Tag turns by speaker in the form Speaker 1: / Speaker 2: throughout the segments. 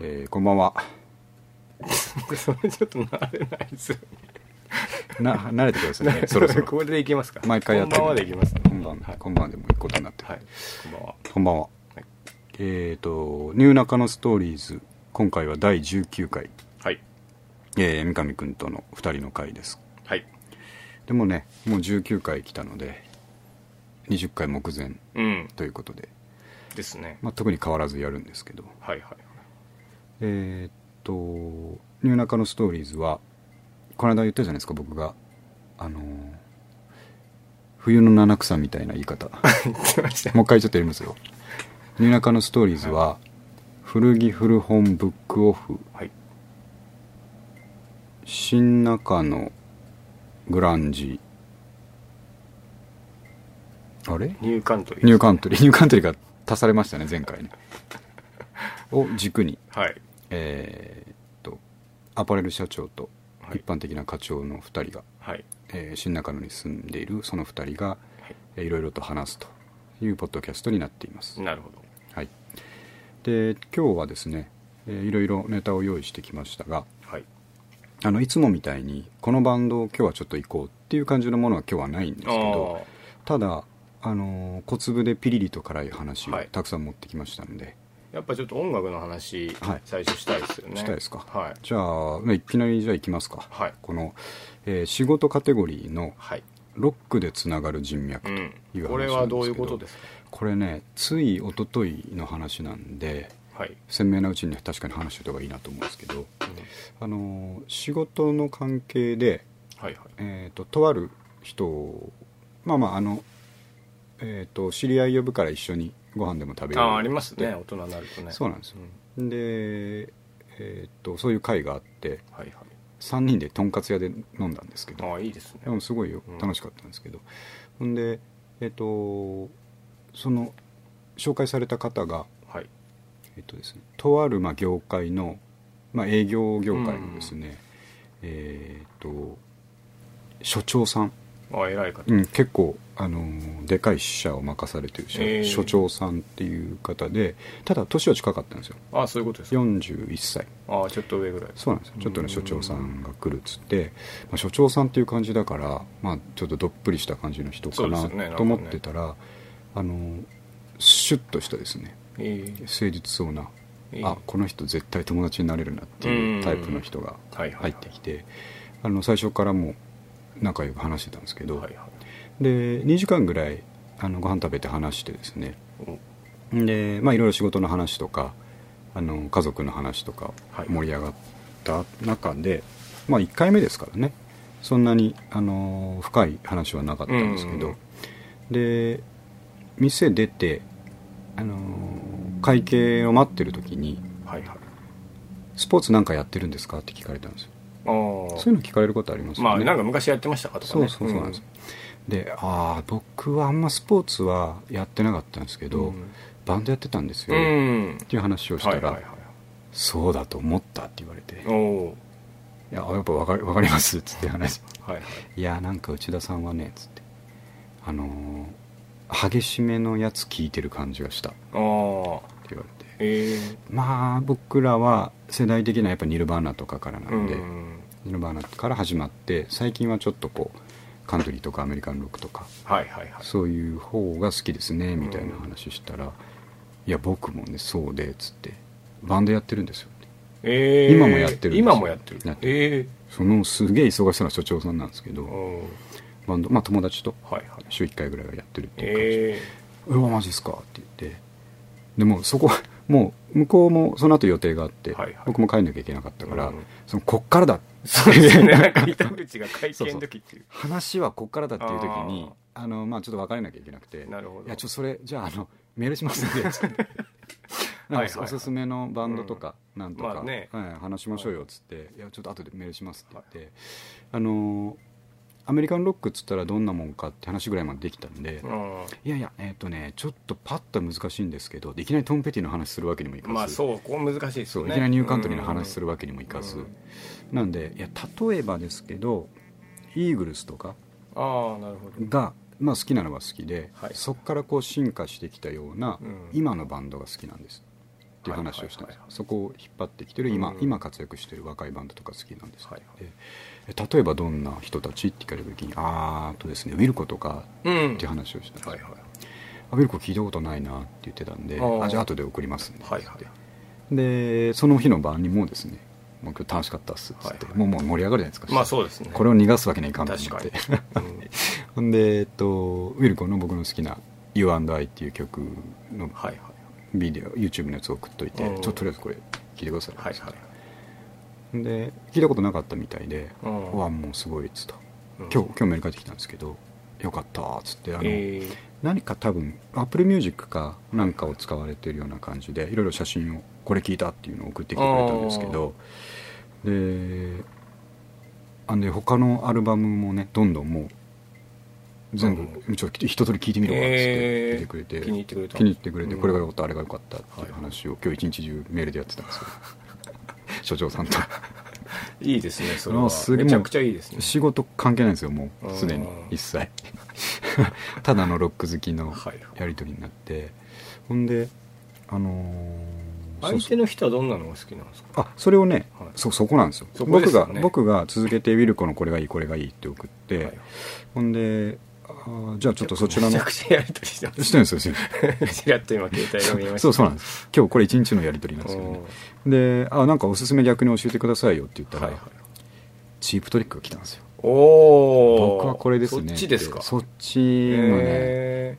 Speaker 1: えーこんばんは。
Speaker 2: それちょっと慣れないですよ
Speaker 1: な、慣れてください
Speaker 2: ね
Speaker 1: ね、そろそろ。
Speaker 2: これでいきますか
Speaker 1: 毎回やって
Speaker 2: こんばんはでいきます
Speaker 1: こんばん
Speaker 2: はい、
Speaker 1: こんばんでもいいことになってる。
Speaker 2: はい、こんばんは
Speaker 1: こんばんは。
Speaker 2: はい
Speaker 1: えっ、と、ニューナカのストーリーズ、今回は第19回、
Speaker 2: はい、
Speaker 1: えー三上くんとの2人の回です。
Speaker 2: はい、
Speaker 1: でもね、もう19回来たので、20回目前
Speaker 2: うん
Speaker 1: ということで、
Speaker 2: ですね
Speaker 1: まあ、特に変わらずやるんですけど、
Speaker 2: はいはい
Speaker 1: えーっと「ニューナカのストーリーズは」この間言ったじゃないですか僕があのー冬の七草みたいな言い方
Speaker 2: 言ってました
Speaker 1: もう一回ちょっとやりますよ「ニューナカのストーリーズは」古着古本ブックオフ
Speaker 2: はい
Speaker 1: 新中野グランジあれ
Speaker 2: ニューカントリー
Speaker 1: ニューカントリーニューカントリーが足されましたね前回ねを軸に
Speaker 2: はい
Speaker 1: えーっとアパレル社長と
Speaker 2: はい
Speaker 1: 一般的な課長の2人が、
Speaker 2: はい
Speaker 1: えー新中野に住んでいるその2人が、
Speaker 2: はい
Speaker 1: えーいろいろと話すというポッドキャストになっています、
Speaker 2: なるほど
Speaker 1: はい、で今日はですね、えーいろいろネタを用意してきましたが
Speaker 2: はい
Speaker 1: あのいつもみたいにこのバンドを今日はちょっと行こうっていう感じのものは今日はないんですけどただ、あのー小粒でピリリと辛い話を
Speaker 2: はい
Speaker 1: たくさん持ってきましたので、
Speaker 2: あーやっぱちょっと音楽の話、
Speaker 1: はい
Speaker 2: 最初したいですよね
Speaker 1: したいですか
Speaker 2: はい
Speaker 1: じゃあねいきなりじゃあ行きますか、
Speaker 2: はい
Speaker 1: この、えー仕事カテゴリーの
Speaker 2: はい
Speaker 1: ロックでつながる人脈と
Speaker 2: うん
Speaker 1: いう話なんですけど、
Speaker 2: これはどういうことです
Speaker 1: これねつい一昨日の話なんで
Speaker 2: かはい、
Speaker 1: 鮮明なうちに確かに話してた方がいいなと思うんですけど、
Speaker 2: うん
Speaker 1: あのー仕事の関係で、
Speaker 2: はいはい
Speaker 1: えー、ととある人をまあまああの、えー、と知り合い呼ぶから一緒にご飯でも食べ
Speaker 2: あ
Speaker 1: よう
Speaker 2: あーありますね大人になるとね
Speaker 1: そうなんですよで、えー、とそういう会があって
Speaker 2: はいはい
Speaker 1: 3人でとんかつ屋で飲んだんですけど
Speaker 2: ああいいですね
Speaker 1: でもすごいよ
Speaker 2: うん
Speaker 1: 楽しかったんですけど、ほんでえっ、とその紹介された方が
Speaker 2: はい
Speaker 1: えっ、とですねとあるまあ業界の、まあ、営業業界のですね、えっ、と所長さん、
Speaker 2: ああ偉い方
Speaker 1: うん、結構あのーでかい支社を任されてる社、
Speaker 2: えー
Speaker 1: 所長さんっていう方でただ年は近かったんですよ
Speaker 2: あそういうことですか
Speaker 1: 41歳
Speaker 2: ああちょっと上ぐらい
Speaker 1: そうなんですよちょっと
Speaker 2: う
Speaker 1: ね
Speaker 2: ん
Speaker 1: 所長さんが来るっつって、まあ、所長さんっていう感じだから、まあ、ちょっとどっぷりした感じの人か
Speaker 2: そ
Speaker 1: な
Speaker 2: うですよね
Speaker 1: と思ってたら、あのシュッとしたですね
Speaker 2: ええ
Speaker 1: 誠実そうな、
Speaker 2: ええ
Speaker 1: あこの人絶対友達になれるなっていうタイプの人が
Speaker 2: はいは
Speaker 1: 入
Speaker 2: い
Speaker 1: ってきて、あの最初からもう仲良く話してたんですけど、
Speaker 2: はいはい
Speaker 1: で2時間ぐらいあのご飯食べて話してですね
Speaker 2: お
Speaker 1: でまあいろいろ仕事の話とかあの家族の話とか
Speaker 2: はい
Speaker 1: 盛り上がった中で、まあ1回目ですからねそんなにあの深い話はなかったんですけど、
Speaker 2: うん
Speaker 1: で店出てあの会計を待ってる時に
Speaker 2: はいはい
Speaker 1: 「スポーツなんかやってるんですか?」って聞かれたんですよ
Speaker 2: ああ
Speaker 1: そういうの聞かれることありますよね
Speaker 2: まあなんか昔やってましたかとか
Speaker 1: そう
Speaker 2: ね
Speaker 1: そうそうなんです、でああ僕はあんまスポーツはやってなかったんですけど、
Speaker 2: うん
Speaker 1: バンドやってたんです
Speaker 2: う
Speaker 1: よ、
Speaker 2: ん
Speaker 1: っていう話をし
Speaker 2: は
Speaker 1: た
Speaker 2: い
Speaker 1: ら、
Speaker 2: はいは
Speaker 1: そうだと思ったって言われて「
Speaker 2: いお
Speaker 1: い
Speaker 2: お
Speaker 1: ややっぱわかわかります」っつって話
Speaker 2: はいはい
Speaker 1: 「いやなんか内田さんはね」っつって「あのー激しめのやつ聞いてる感じがした」って
Speaker 2: ああ
Speaker 1: 言われて
Speaker 2: ええ
Speaker 1: まあ僕らは世代的にはやっぱニルバーナとかからな
Speaker 2: うん
Speaker 1: で、
Speaker 2: ん
Speaker 1: ニルバーナから始まって最近はちょっとこうカントリーとかアメリカンロックとか
Speaker 2: はいはいはい
Speaker 1: そういう方が好きですねみたいな
Speaker 2: うん
Speaker 1: 話したら「いや僕もねそうで」っつって「バンドやってるんですよ」って
Speaker 2: ええ
Speaker 1: 今もやってるんですよ
Speaker 2: 今もやってる
Speaker 1: やって
Speaker 2: ええ
Speaker 1: そのすげえ忙しそうな所長さんなんですけど、
Speaker 2: おお
Speaker 1: バンドまあ友達と
Speaker 2: はいはい
Speaker 1: 週1回ぐらいはやってるっていう感じで
Speaker 2: え
Speaker 1: 「うわマジっすか」って言ってでもそこ もう向こうもその後予定があって、
Speaker 2: はいはい
Speaker 1: 僕も帰んなきゃいけなかったから、
Speaker 2: うん
Speaker 1: そのこっからだって
Speaker 2: えそうです ねなんか糸口が会見の時っていう
Speaker 1: 話はこっからだっていう時にあのまあちょっと別れなきゃいけなくて
Speaker 2: なるほど
Speaker 1: いやちょっとそれじゃああのメールします んで」つってなんか
Speaker 2: はいはいはい
Speaker 1: おすすめのバンドとか、なんとか、
Speaker 2: まあね
Speaker 1: はい、話しましょうよっつって、い、やちょっと後でメールします」って言って、あのアメリカンロックっつったらどんなもんかって話ぐらいまでできたんで、
Speaker 2: うん
Speaker 1: いやいやえっ、とねちょっとパッとは難しいんですけどでいきなりトム・ペティの話するわけにもいかず、
Speaker 2: まあそうここ難しいです
Speaker 1: そ
Speaker 2: よ
Speaker 1: う
Speaker 2: ね
Speaker 1: いきなりニューカントリーの話する
Speaker 2: る
Speaker 1: わけにもいかず、
Speaker 2: うん
Speaker 1: なんでいや例えばですけどイーグルスとか
Speaker 2: ああなるほど
Speaker 1: が、まあ、好きなのは好きで、
Speaker 2: はい
Speaker 1: そこからこう進化してきたような、
Speaker 2: うん
Speaker 1: 今のバンドが好きなんですってっていう話をしたんですよ
Speaker 2: はいはいはいはい
Speaker 1: そこを引っ張ってきてる今、
Speaker 2: うん
Speaker 1: 今活躍してる若いバンドとか好きなんですけど、
Speaker 2: はいはい
Speaker 1: でえ例えばどんな人たちって聞かれた時にあーあとですねウィルコとか
Speaker 2: うん
Speaker 1: っていう話をしたんですよ、
Speaker 2: はいはい
Speaker 1: あウィルコ聞いたことないなって言ってたんで
Speaker 2: あー
Speaker 1: あじゃあ後で送りますんで、
Speaker 2: はいはい
Speaker 1: でその日の晩にもうですねもう今日楽しかったっすっつって、
Speaker 2: はいはい
Speaker 1: もうもう盛り上がるじゃないですか、
Speaker 2: まあそうですね
Speaker 1: これを逃がすわけにはいかんと
Speaker 2: 確
Speaker 1: 思
Speaker 2: か
Speaker 1: っ
Speaker 2: に
Speaker 1: てほんで、えっと、ウィルコの僕の好きな「You&I」っていう曲の
Speaker 2: はいはい
Speaker 1: ビデオ YouTube のやつを送っといて
Speaker 2: うん
Speaker 1: ちょっととりあえずこれ聞いてください、
Speaker 2: はいはい
Speaker 1: で聞いたことなかったみたいで「
Speaker 2: うん
Speaker 1: うわもうすごい」っつった
Speaker 2: うん
Speaker 1: 今日今日メール返ってきたんですけど「よかった」っつってあの、
Speaker 2: えー
Speaker 1: 何か多分 Apple Music かなんかを使われてるような感じでいろいろ写真をこれ聞いたっていうのを送ってきてくれたんですけどであんで他のアルバムもねどんどんもう全部ちょっと一通り聞いてみろわっつって
Speaker 2: えー
Speaker 1: 聞いてくれて
Speaker 2: 気に入ってくれた
Speaker 1: 気に入ってくれて
Speaker 2: うん
Speaker 1: これが良かったあれが良かったっていう話を今日一日中メールでやってたん ですよ所長さんと
Speaker 2: いいですねそれ
Speaker 1: も
Speaker 2: は
Speaker 1: うすぐ
Speaker 2: めちゃくちゃいいですね
Speaker 1: 仕事関係ないんですよもうすでに
Speaker 2: あー
Speaker 1: 一切 ただのロック好きの
Speaker 2: はい
Speaker 1: やり取りになってほんであのーそう
Speaker 2: 相
Speaker 1: そ
Speaker 2: 手
Speaker 1: う
Speaker 2: の人はどんなのが好きなんですか
Speaker 1: あそれをね、
Speaker 2: はい
Speaker 1: そうそこなんですよ
Speaker 2: そこで
Speaker 1: 僕
Speaker 2: すよ
Speaker 1: が
Speaker 2: ね
Speaker 1: 僕が続けてウィルコのこれがいいこれがいいって送って、
Speaker 2: はいはい
Speaker 1: ほんであーじゃあちょっとそち ら
Speaker 2: め
Speaker 1: の
Speaker 2: ちゃくちゃやりとりしてま
Speaker 1: してるんで すよしてるん
Speaker 2: すちらっと今携帯が見え
Speaker 1: で
Speaker 2: ますし
Speaker 1: そ
Speaker 2: た
Speaker 1: うそうなんです今日これ一日のやり取りなんですけどねであなんかおすすめ逆に教えてくださいよって言ったら、
Speaker 2: はいはい
Speaker 1: チープトリックが来たんですよ
Speaker 2: おお
Speaker 1: 僕はこれですねっ
Speaker 2: そってちですか
Speaker 1: そっち
Speaker 2: へ
Speaker 1: のね、
Speaker 2: え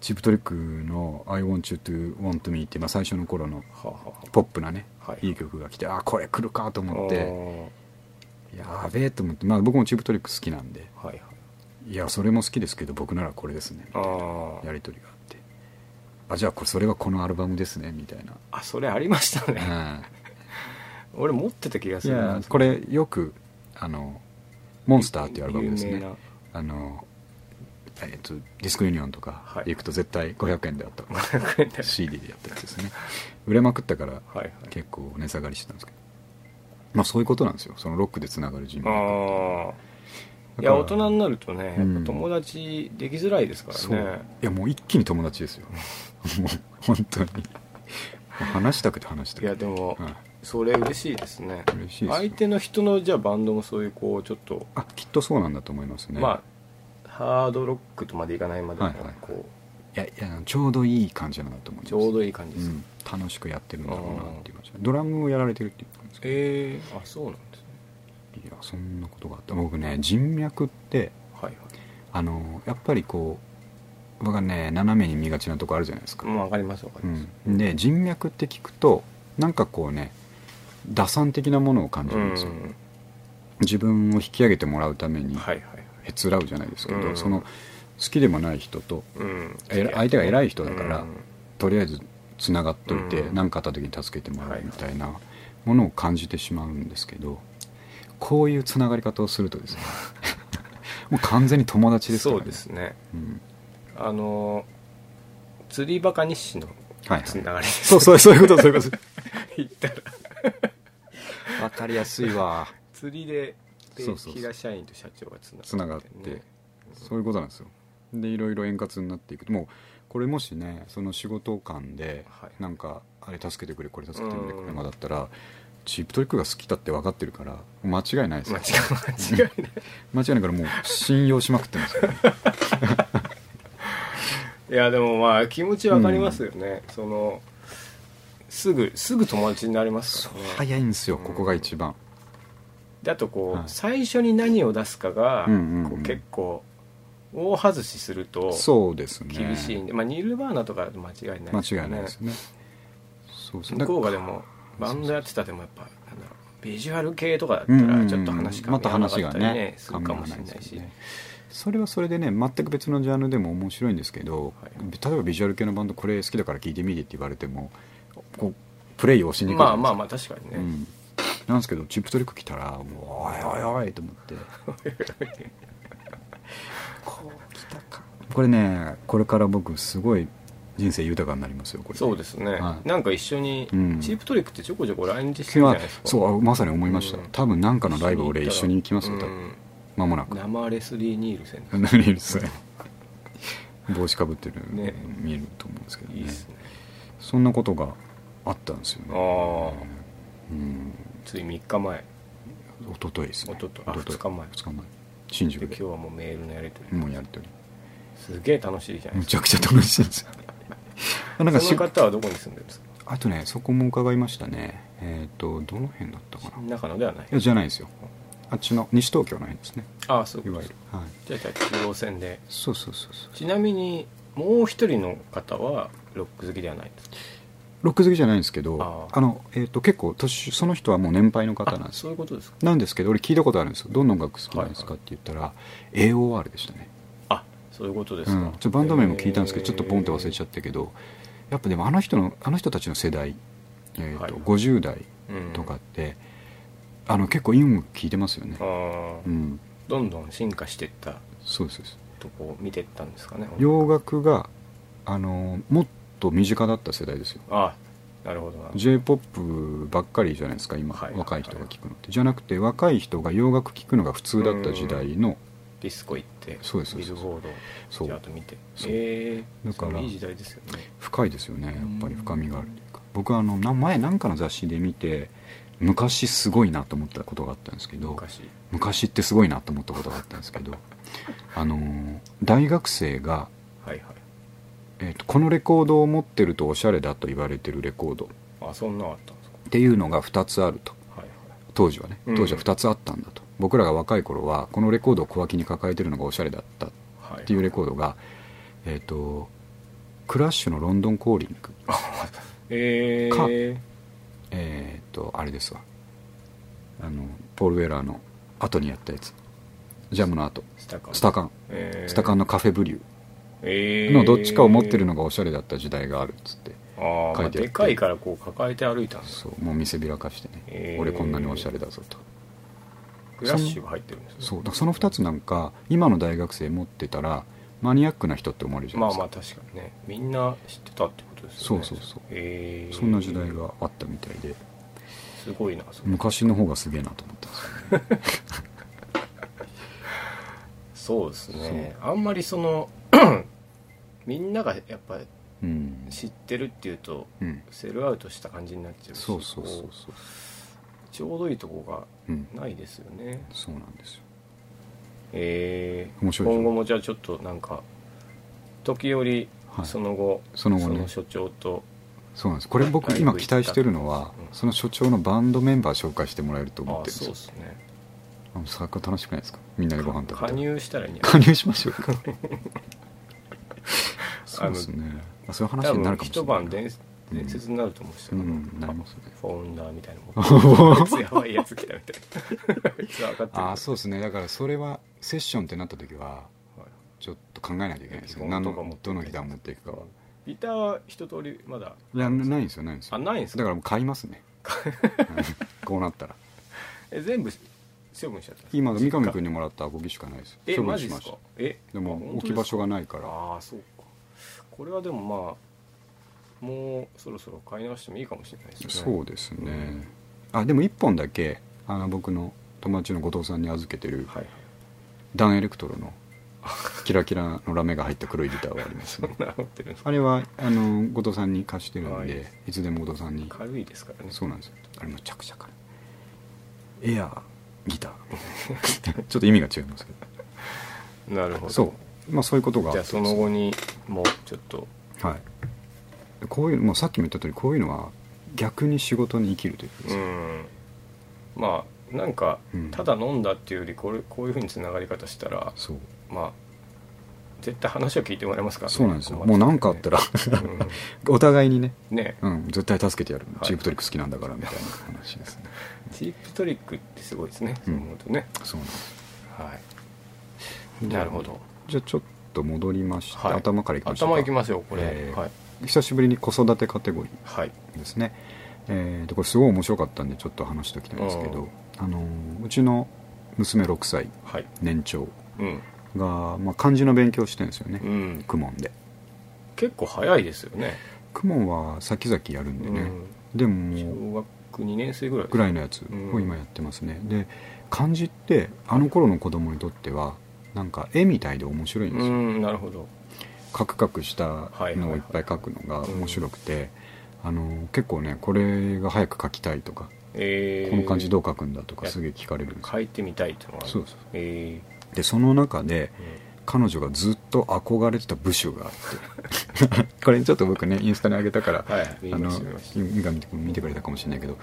Speaker 1: チープトリックの「I want you to want me」って、まあ、最初の頃の
Speaker 2: はあは
Speaker 1: ポップなね
Speaker 2: あはい
Speaker 1: いい曲が来てあーこれ来るかと思っ
Speaker 2: あ
Speaker 1: て
Speaker 2: ー
Speaker 1: やべえと思って、まあ、僕もチープトリック好きなんで
Speaker 2: はいはい
Speaker 1: いやそれも好きですけど僕ならこれですねみたいな
Speaker 2: あ
Speaker 1: や
Speaker 2: ー
Speaker 1: り取りがあってあじゃあこれそれがこのアルバムですねみたいな、
Speaker 2: あそれありましたね 俺持ってた気が
Speaker 1: うん、
Speaker 2: す
Speaker 1: い
Speaker 2: る
Speaker 1: やこれよくあの「モンスター」っていうアルバムです
Speaker 2: 有
Speaker 1: ね
Speaker 2: 名な
Speaker 1: あのえっとディスクユニオンとか行くと絶対500円であ った、
Speaker 2: 500円で
Speaker 1: CD でやったやつですね売れまくったから
Speaker 2: はいはい
Speaker 1: 結構値下がりしてたんですけどまあそういうことなんですよそのロックでつながる人
Speaker 2: あ
Speaker 1: 脈
Speaker 2: あ
Speaker 1: だ
Speaker 2: いや
Speaker 1: から
Speaker 2: 大人になるとねや
Speaker 1: う
Speaker 2: っ
Speaker 1: ん
Speaker 2: ぱ友達できづらいですか
Speaker 1: そう
Speaker 2: らね
Speaker 1: いやもう一気に友達ですよ もう本当にもう話したくて話した
Speaker 2: い
Speaker 1: く
Speaker 2: や
Speaker 1: て
Speaker 2: でも
Speaker 1: はい
Speaker 2: それ嬉しいですね
Speaker 1: 嬉しいですよ
Speaker 2: 相手の人のじゃあバンドもそういうこうちょっと
Speaker 1: あきっとそうなんだと思いますね
Speaker 2: まあハードロックとまでいかないまでも
Speaker 1: はいはいはい
Speaker 2: こ
Speaker 1: いやいやちょうどいい感じなんだと思いうます
Speaker 2: ちょうどいい感じです
Speaker 1: うん楽しくやってるんだろうなっていう感じドラムをやられてるっていう感じです
Speaker 2: ええあそうなんですね
Speaker 1: けどいやそんなことがあった僕ね人脈って
Speaker 2: はいはい
Speaker 1: あのやっぱりこう僕はね斜めに見がちなとこあるじゃないですか
Speaker 2: うんわかりますわかります
Speaker 1: うん、で人脈って聞くとなんかこうね打算的なものを感じ
Speaker 2: う
Speaker 1: るん
Speaker 2: ん
Speaker 1: ですよ、自分を引き上げてもらうために
Speaker 2: はいはいはい
Speaker 1: へつらうじゃないですけど、
Speaker 2: うん
Speaker 1: その好きでもない人と
Speaker 2: うん
Speaker 1: えら相手が偉い人だから
Speaker 2: うん
Speaker 1: とりあえずつながっといて
Speaker 2: うん
Speaker 1: 何、かあった時に助けてもらうみたいなものを感じてしまうんですけどこういうつながり方をすると ですねもう完全に友達ですから
Speaker 2: そ
Speaker 1: ね
Speaker 2: うですね
Speaker 1: うん
Speaker 2: あの釣りバカ日誌の
Speaker 1: はいはい
Speaker 2: つながりです
Speaker 1: そうそうそういうことそういうこと
Speaker 2: 行ったら
Speaker 1: 分かりやすい わ
Speaker 2: 釣りでで
Speaker 1: そうそうそう
Speaker 2: 東社員と社長がつながってね
Speaker 1: つながってそういうことなんですよでいろいろ円滑になっていくもうこれもしねその仕事間で、
Speaker 2: はい
Speaker 1: なんかあれ助けてくれこれ助けてくれ
Speaker 2: うん
Speaker 1: これまだったらチープトリックが好きだって分かってるから間違いないです
Speaker 2: 間
Speaker 1: よ
Speaker 2: 違い間違いない
Speaker 1: 間違いないからもう信用しまくってますよ、 ね、
Speaker 2: いやでもまあ気持ちわかりますよね、そのすぐすぐ友達になります
Speaker 1: そう
Speaker 2: からね
Speaker 1: 早いんですよ
Speaker 2: うん
Speaker 1: ここが一番
Speaker 2: だとこう、
Speaker 1: はい
Speaker 2: 最初に何を出すかが、
Speaker 1: うんうんうん
Speaker 2: こう結構大外しすると
Speaker 1: そうですね
Speaker 2: 厳しいんで、まあニルバーナとかだと間違いない
Speaker 1: 間
Speaker 2: ですよ
Speaker 1: 違いないですねそうそう
Speaker 2: 向こうがでもバンドやってたでもやっぱなんだろうビジュアル系とかだったらちょっと話が
Speaker 1: また話が
Speaker 2: ね
Speaker 1: ね
Speaker 2: するかもしれないし
Speaker 1: 噛み合わですよねそれはそれでね全く別のジャンルでも面白いんですけど、
Speaker 2: はい
Speaker 1: 例えばビジュアル系のバンドこれ好きだから聴いてみてって言われてもこうプレイをしにくいじ
Speaker 2: ま
Speaker 1: ゃ
Speaker 2: あ
Speaker 1: ないですか
Speaker 2: まあまあ確かにね、
Speaker 1: うん、なんですけどチップトリック来たらもうおいおいおいと思って こう来たかこれねこれから僕すごい人生豊かになりますよこれ
Speaker 2: そうですね、
Speaker 1: はい
Speaker 2: なんか一緒に、
Speaker 1: うん
Speaker 2: チープトリックってちょこちょこ来日してるじゃ
Speaker 1: 今
Speaker 2: ないですか
Speaker 1: そうあまさに思いました、
Speaker 2: うん
Speaker 1: 多分なんかのライブ俺一緒に行きますよ多
Speaker 2: う
Speaker 1: 分
Speaker 2: ん
Speaker 1: 間もなく
Speaker 2: 生レスリー・ニールセンです
Speaker 1: 何るさい 帽子かぶってる、
Speaker 2: ね
Speaker 1: 見えると思うんですけどね
Speaker 2: いいですね
Speaker 1: そんなことがあったんですよね、
Speaker 2: あ
Speaker 1: うん、
Speaker 2: あつい3日前
Speaker 1: 一昨日ですね
Speaker 2: 一昨日あ二日前
Speaker 1: 2日前新
Speaker 2: で
Speaker 1: 宿
Speaker 2: 今
Speaker 1: で
Speaker 2: 日はもうメールのやり取り
Speaker 1: もうやり取り
Speaker 2: すげえ楽しいじゃない
Speaker 1: む
Speaker 2: です
Speaker 1: ちゃくちゃ楽しいんですよあ なんか
Speaker 2: かそ
Speaker 1: し
Speaker 2: の方はどこに住んでるんですか
Speaker 1: あとねそこも伺いましたねえっ、とどの辺だったかない
Speaker 2: 中野ではない
Speaker 1: やじゃないですよあっちの西東京の辺ですね
Speaker 2: ああそう
Speaker 1: い
Speaker 2: か
Speaker 1: わゆる、はい、
Speaker 2: じゃあじゃあ中央線で
Speaker 1: そうそうそうそう
Speaker 2: ちなみにもう一人の方はロック好きではないです
Speaker 1: ロック好きじゃないんですけど
Speaker 2: あ
Speaker 1: あ
Speaker 2: ー
Speaker 1: の、えー、と結構年その人はもう年配の方なんです
Speaker 2: そういうことですか
Speaker 1: なんですけど俺聞いたことあるんですよどんな音楽好きなんですか
Speaker 2: は
Speaker 1: って言ったら、AOR でしたね
Speaker 2: あそういうことです
Speaker 1: う
Speaker 2: か、
Speaker 1: ん、ちょバンド名も聞いたんですけど、
Speaker 2: えー
Speaker 1: ちょっとポンって忘れちゃったけどやっぱでもあの人のあの人たちの世代、えーと
Speaker 2: はい
Speaker 1: 50代
Speaker 2: うん
Speaker 1: とかって、あの結構音楽聞いてますよね
Speaker 2: あ、ー
Speaker 1: うん、
Speaker 2: どんどん進化していった
Speaker 1: そうですそうです
Speaker 2: とこを見ていったんですかね
Speaker 1: 洋楽があのもっと身近だった世代ですよ
Speaker 2: あなるほどな
Speaker 1: j p o p ばっかりじゃないですか今、
Speaker 2: はい
Speaker 1: 若い人が聞くのってじゃなくて若い人が洋楽聞くのが普通だった時代の
Speaker 2: ディスコ行って
Speaker 1: そうですそう
Speaker 2: ビ
Speaker 1: です
Speaker 2: ルボード
Speaker 1: そ
Speaker 2: チャー
Speaker 1: う
Speaker 2: ト見て
Speaker 1: そう
Speaker 2: ええ
Speaker 1: だから
Speaker 2: いい時代ですよね
Speaker 1: 深いですよねやっぱり深みがあるというか僕はあのな前なんかの雑誌で見て昔すごいなと思ったことがあったんですけど
Speaker 2: 昔
Speaker 1: 昔ってすごいなと思ったことがあったんですけどあのー大学生が、
Speaker 2: はいはい
Speaker 1: えーとこのレコードを持ってるとおしゃれだと言われてるレコードっ
Speaker 2: あそんなのあったんですか
Speaker 1: ていうのが2つあると
Speaker 2: はいはい
Speaker 1: 当時はね
Speaker 2: うん
Speaker 1: 当時は2つあったんだと、僕らが若い頃はこのレコードを小脇に抱えてるのがおしゃれだったっ
Speaker 2: はい
Speaker 1: ていうレコードがえっ、とクラッシュの「ロンドンコーリング
Speaker 2: え
Speaker 1: か
Speaker 2: え」
Speaker 1: えっ、とあれですわあのポール・ウェラーの後にやったやつジャムの後
Speaker 2: スタカン
Speaker 1: スタカン
Speaker 2: えー
Speaker 1: スタカンのカフェブリュ
Speaker 2: え
Speaker 1: ーのどっちかを持ってるのがおしゃれだった時代があるっつって
Speaker 2: あー、
Speaker 1: 書い
Speaker 2: まあ
Speaker 1: てあって
Speaker 2: でかいからこう抱えて歩いたんです
Speaker 1: そうもう見せびらかしてね、
Speaker 2: えー
Speaker 1: 俺こんなにおしゃれだぞと
Speaker 2: クラッシュが入ってるんですね
Speaker 1: そうだからその2つなんか今の大学生持ってたらマニアックな人って思われるじゃない
Speaker 2: ま
Speaker 1: で
Speaker 2: あ
Speaker 1: すか
Speaker 2: まあ確かにねみんな知ってたってことですよね
Speaker 1: そうそうそう
Speaker 2: えー
Speaker 1: そんな時代があったみたいです
Speaker 2: ごいなそ,、
Speaker 1: 昔の方がすげえなと思ったんですよ
Speaker 2: そうですねあんまりその みんながやっぱ
Speaker 1: うん、
Speaker 2: 知ってるっていうと
Speaker 1: うん、
Speaker 2: セルアウトした感じになっちゃうし
Speaker 1: そうそうそう
Speaker 2: こ
Speaker 1: そう
Speaker 2: うちょうどいいとこ
Speaker 1: う、ん、
Speaker 2: がないですよね
Speaker 1: そうなんですよ
Speaker 2: えー
Speaker 1: 面白いでしょ
Speaker 2: 今後もじゃあちょっとなんか時折
Speaker 1: はい
Speaker 2: その後、
Speaker 1: その後ね
Speaker 2: 所長と
Speaker 1: そうなんですこれ僕
Speaker 2: ライブ行
Speaker 1: 今
Speaker 2: った
Speaker 1: 期待してるのは、
Speaker 2: うん
Speaker 1: その所長のバンドメンバー紹介してもらえると思
Speaker 2: あ
Speaker 1: っ
Speaker 2: あ
Speaker 1: てるんです
Speaker 2: そ
Speaker 1: よ
Speaker 2: うですね
Speaker 1: あの作家楽しくないですかみんなでご飯食べて
Speaker 2: 加入したらいいんじゃない
Speaker 1: 加入しましょう か そうですねあそういう話
Speaker 2: 多
Speaker 1: になる
Speaker 2: 分
Speaker 1: かもし
Speaker 2: 一
Speaker 1: れない
Speaker 2: 晩伝伝説になると思うんです
Speaker 1: う
Speaker 2: よ、
Speaker 1: んなりますね
Speaker 2: ファウンダーみたいなもんこいつやばいやつ来たみたいなこいつは分かってる
Speaker 1: ああそうですねだからそれはセッションってなった時は
Speaker 2: はい
Speaker 1: ちょっと考えなきゃいけないですよ
Speaker 2: ギター
Speaker 1: 何
Speaker 2: とか持って
Speaker 1: のどのギターを持っていくかは
Speaker 2: ギターは一通りまだ
Speaker 1: いやないんですよないんですよ
Speaker 2: あないんです
Speaker 1: だ
Speaker 2: か
Speaker 1: からもう買います ねはいこうなったら
Speaker 2: え全部処分しちゃったんですか
Speaker 1: 今三上君にもらったアコギしかないです
Speaker 2: え
Speaker 1: 処
Speaker 2: マ
Speaker 1: 分
Speaker 2: ジ
Speaker 1: し
Speaker 2: で
Speaker 1: ますし
Speaker 2: か
Speaker 1: た
Speaker 2: え
Speaker 1: で
Speaker 2: あ
Speaker 1: も置き場所がないから
Speaker 2: ああーそうかこれはでもまあもうそろそろ買い直してもいいかもしれないですね
Speaker 1: そうですねあでも1本だけあの僕の友達の後藤さんに預けてる
Speaker 2: はい
Speaker 1: ダンエレクトロのキラキラのラメが入った黒いギターはあります ね
Speaker 2: 治ってるんですか
Speaker 1: あれはあの後藤さんに貸してる
Speaker 2: は
Speaker 1: ん
Speaker 2: い
Speaker 1: でいつでも後藤さんに
Speaker 2: 軽いですからね
Speaker 1: そうなんですよあれむちゃくちゃ軽いエアーギター ちょっと意味が違いますけ
Speaker 2: なるほ
Speaker 1: ど
Speaker 2: ど
Speaker 1: そうまあそういうことがあっ
Speaker 2: じ
Speaker 1: て
Speaker 2: ゃあその後にもうちょっと
Speaker 1: はい、こういうもうさっきも言った通りこういうのは逆に仕事に生きるというか、
Speaker 2: うんまあなんか
Speaker 1: うん
Speaker 2: ただ飲んだっていうよりこれこういうふうにつながり方したら
Speaker 1: そう
Speaker 2: まあ絶対話を聞いてもらえますからね
Speaker 1: そうなんですよ、
Speaker 2: 困っ
Speaker 1: もう
Speaker 2: ちゃ
Speaker 1: 何かあったら
Speaker 2: うね
Speaker 1: お互いにね、
Speaker 2: うんね
Speaker 1: うん、絶対助けてやる、
Speaker 2: はい
Speaker 1: チープトリック好きなんだからみたいな話ですね
Speaker 2: チープトリックってすごいですね、
Speaker 1: うん
Speaker 2: そう思うとね
Speaker 1: そうなんです
Speaker 2: はいなるほど
Speaker 1: じゃあちょっと戻りまして、
Speaker 2: はい
Speaker 1: 頭からいきましょう
Speaker 2: 頭
Speaker 1: か
Speaker 2: いきますよこれ、
Speaker 1: えー
Speaker 2: はい、
Speaker 1: 久しぶりに子育てカテゴリー
Speaker 2: はい、
Speaker 1: ですね、えー、とこれすごい面白かったんでちょっと話しておきたいんですけ
Speaker 2: う
Speaker 1: ど
Speaker 2: ん、
Speaker 1: あのーうちの娘6歳
Speaker 2: はい、
Speaker 1: 年長
Speaker 2: うん、
Speaker 1: が、まあ、漢字の勉強してるんですよね、
Speaker 2: うん、
Speaker 1: 公文で
Speaker 2: 結構早いですよね
Speaker 1: 公文は先々やるんでね、でも
Speaker 2: 小学2年生ぐらい
Speaker 1: ぐらいのやつを今やってますね、で漢字ってあの頃の子供にとってはなんか絵みたいで面白いんですよ、
Speaker 2: うんなるほど
Speaker 1: カクカクした
Speaker 2: はいはい
Speaker 1: の
Speaker 2: は
Speaker 1: を
Speaker 2: い
Speaker 1: いっぱい描くのが面白くて、あの結構ねこれが早く書きたいとか、
Speaker 2: えー、
Speaker 1: この感じどう書くんだとかすげえ聞かれるんですよ
Speaker 2: 書いてみたいってのはある
Speaker 1: そうそう
Speaker 2: え
Speaker 1: でその中で
Speaker 2: ー
Speaker 1: 彼女がずっと憧れてた部首があって これちょっと僕ねインスタに上げたから、
Speaker 2: はい見
Speaker 1: あ
Speaker 2: ま
Speaker 1: の
Speaker 2: した見ました
Speaker 1: 三上君見てくれたかもしれないけど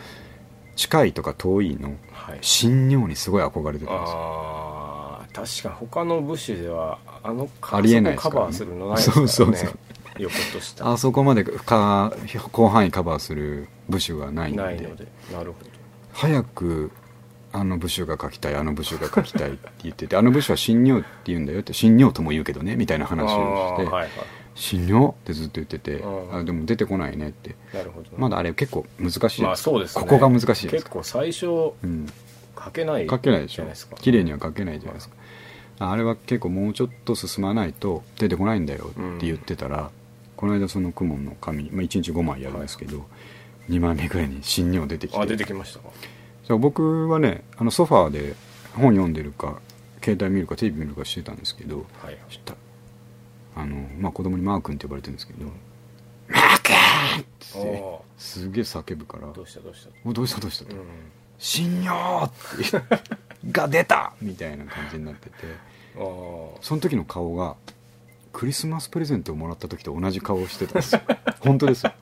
Speaker 1: 近いとか遠いの
Speaker 2: はい
Speaker 1: 新尿にすごい憧れてたんですよ
Speaker 2: あー確かに他の部首ではあの
Speaker 1: ありえないです
Speaker 2: カ
Speaker 1: からね
Speaker 2: バーするのないですからね
Speaker 1: そうそうそう
Speaker 2: 横とした
Speaker 1: あそこまでか広範囲カバーする部首がないの
Speaker 2: な
Speaker 1: で
Speaker 2: いのでなるほど
Speaker 1: 早くあの部首が書きたいあの部首が書きたいって言っててあの部首は新尿って言うんだよって新尿とも言うけどねみたいな話をして
Speaker 2: あーはいはい
Speaker 1: 新尿ってずっと言ってて
Speaker 2: うん
Speaker 1: あでも出てこないねって
Speaker 2: なるほど
Speaker 1: まだあれ結構難しいです
Speaker 2: まあそうですね
Speaker 1: ここが難しいです
Speaker 2: 結構最初
Speaker 1: うん、
Speaker 2: 書けない
Speaker 1: 書けないでし
Speaker 2: じゃ
Speaker 1: ょ
Speaker 2: ないですか
Speaker 1: 綺麗には書けないじゃないですか、あれは結構もうちょっと進まないと出てこないんだよって言ってたら、この間その公文の紙、まあ、1日5枚やるんですけど、2枚目ぐらいに新尿出てきて
Speaker 2: あ出てきましたか
Speaker 1: そう僕はねあのソファーで本読んでるか携帯見るかテレビ見るかしてたんですけど
Speaker 2: はい
Speaker 1: そしたらあの、まあ、子供にマー君って呼ばれてるんですけど「マー君!」って
Speaker 2: あ
Speaker 1: すげえ叫ぶから
Speaker 2: あどうしたどうした
Speaker 1: 「おどうしたどうした?」と
Speaker 2: うん
Speaker 1: 「信用!」って「が出た!」みたいな感じになってて
Speaker 2: あー
Speaker 1: その時の顔がクリスマスプレゼントをもらった時と同じ顔をしてたんですよ本当ですよ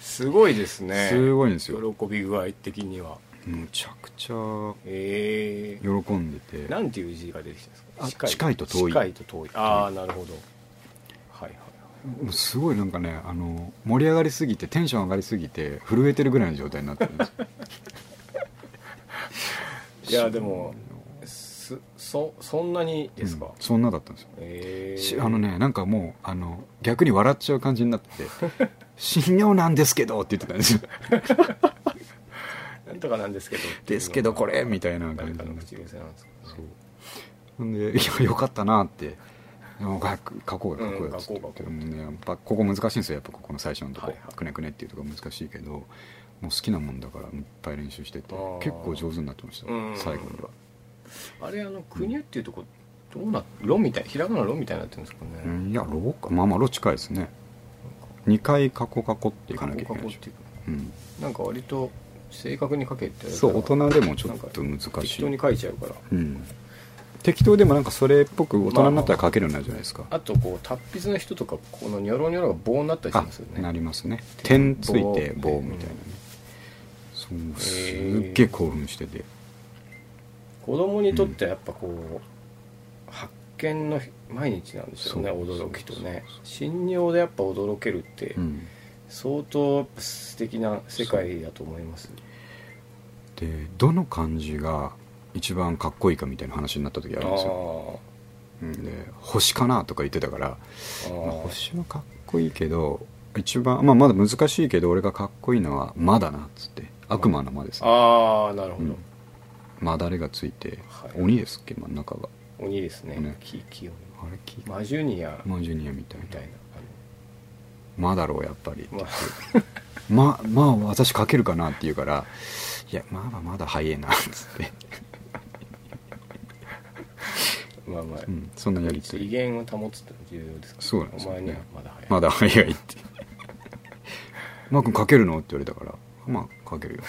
Speaker 2: すごいですね
Speaker 1: すごいんですよ
Speaker 2: 喜び具合的には
Speaker 1: むちゃくちゃ
Speaker 2: ええ
Speaker 1: 喜んでて
Speaker 2: なんていう字が出てきたんですか
Speaker 1: あ近いと遠い
Speaker 2: 近いと遠いああなるほどはいはいは
Speaker 1: もうすごいなんかねあの盛り上がりすぎてテンション上がりすぎて震えてるぐらいの状態になってるんですよ
Speaker 2: いいやでもすそそんなにですか、
Speaker 1: うんそんなだったんですよ
Speaker 2: え
Speaker 1: し
Speaker 2: ー
Speaker 1: あのねなんかもうあの逆に笑っちゃう感じになってて「信用なんですけど」って言ってたんですよ
Speaker 2: なんとかなんですけど
Speaker 1: 「ですけどこれ」みたいな
Speaker 2: 誰
Speaker 1: 感
Speaker 2: か
Speaker 1: じ
Speaker 2: の
Speaker 1: になって
Speaker 2: 口癖なんですか
Speaker 1: そうほんで「い やよかったな」って「もう早く書こうよ書こう
Speaker 2: うん
Speaker 1: よ」っつって
Speaker 2: 書こう書こう
Speaker 1: でもねやっぱここ難しいんですよやっぱここの最初のとこ、
Speaker 2: はいはい
Speaker 1: くねくねっていうとこ難しいけどもう好きなもんだからいっぱい練習してて
Speaker 2: あー
Speaker 1: 結構上手になってました
Speaker 2: うん
Speaker 1: 最後には。
Speaker 2: あれあの「国っていうとこどうなロみたいひらがなロみたいになってるんですかね、
Speaker 1: うんいやロかまあまあロ近いですね2回カコカコっていか
Speaker 2: なん
Speaker 1: なきゃ
Speaker 2: か
Speaker 1: いけ
Speaker 2: こ
Speaker 1: ない
Speaker 2: こっ
Speaker 1: でしょ
Speaker 2: ていうか
Speaker 1: うん、
Speaker 2: なんか割と正確に書けって言われたら
Speaker 1: そう大人でもちょっと難
Speaker 2: 適
Speaker 1: し
Speaker 2: 当
Speaker 1: い
Speaker 2: に書いちゃうから
Speaker 1: うん、適当でもなんかそれっぽく大人になったら書けるようになるじゃないですか、
Speaker 2: あとこう達筆の人とかこのニョロニョロが棒になったりし
Speaker 1: あ
Speaker 2: ますよ
Speaker 1: な
Speaker 2: ね
Speaker 1: りますね
Speaker 2: 点
Speaker 1: 点ついて
Speaker 2: 棒
Speaker 1: 棒みたいなね、そうす
Speaker 2: ー
Speaker 1: っげえ興奮してて、
Speaker 2: 子供にとってはやっぱこう、発見の毎日なんですよね
Speaker 1: そう
Speaker 2: 驚きとね
Speaker 1: そうそう
Speaker 2: 信用でやっぱ驚けるって
Speaker 1: うん
Speaker 2: 相当やっぱ素敵な世界だと思います
Speaker 1: でどの漢字が一番かっこいいかみたいな話になった時あ
Speaker 2: あ
Speaker 1: るんですよ、うんで星かなとか言ってたから、
Speaker 2: ー
Speaker 1: まあ
Speaker 2: あ
Speaker 1: 星はかっこいいけど一番、まあ、まだ難しいけど俺がかっこいいのは「魔」だなっつって悪魔の魔です
Speaker 2: ー
Speaker 1: ね
Speaker 2: あーなるほ
Speaker 1: う
Speaker 2: ど、
Speaker 1: んまだれがついて、
Speaker 2: はい
Speaker 1: 鬼ですっけ真ん中が
Speaker 2: 鬼ですね
Speaker 1: ね
Speaker 2: キキ鬼
Speaker 1: あれ聞い
Speaker 2: マジュニアみ
Speaker 1: マジュニアみたいな
Speaker 2: たいな
Speaker 1: まだろうやっぱり
Speaker 2: あの、まあ、
Speaker 1: ままあ私書けるかなって言うからいやまあまあまだ早いなっつって、
Speaker 2: まあまあ
Speaker 1: うん、そんなやりと
Speaker 2: 威
Speaker 1: り
Speaker 2: 厳を保つって重要ですから
Speaker 1: そうなんですよ
Speaker 2: お
Speaker 1: ね
Speaker 2: 前にはまだ早い、
Speaker 1: まだ早いって「マー君書けるの?」って言われたから「まあ書ける よ」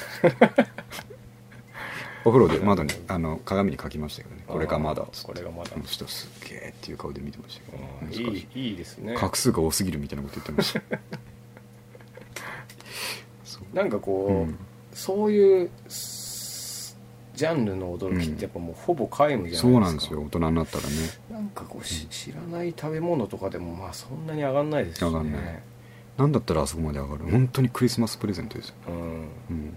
Speaker 1: お風呂で窓にあの鏡に書きましたけどね「これがまだ」っつって
Speaker 2: これがまだ
Speaker 1: うんそしたらすっげえっていう顔で見てましたけどね
Speaker 2: あー
Speaker 1: 難し
Speaker 2: いいいいですね
Speaker 1: 画数が多すぎるみたいなこと言ってました そう
Speaker 2: なんかこう、
Speaker 1: うん
Speaker 2: そういうすジャンルの驚きってやっぱもうほぼ皆無じゃ
Speaker 1: そう
Speaker 2: な
Speaker 1: ないん
Speaker 2: で
Speaker 1: ですす
Speaker 2: か
Speaker 1: よ大人になったらね
Speaker 2: なんかこうし知らない食べ物とかでもまあそんなに上がんないですしね
Speaker 1: 上がんないなんだったらあそこまで上がる本当にクリスマスプレゼントですよ、
Speaker 2: うん
Speaker 1: うん、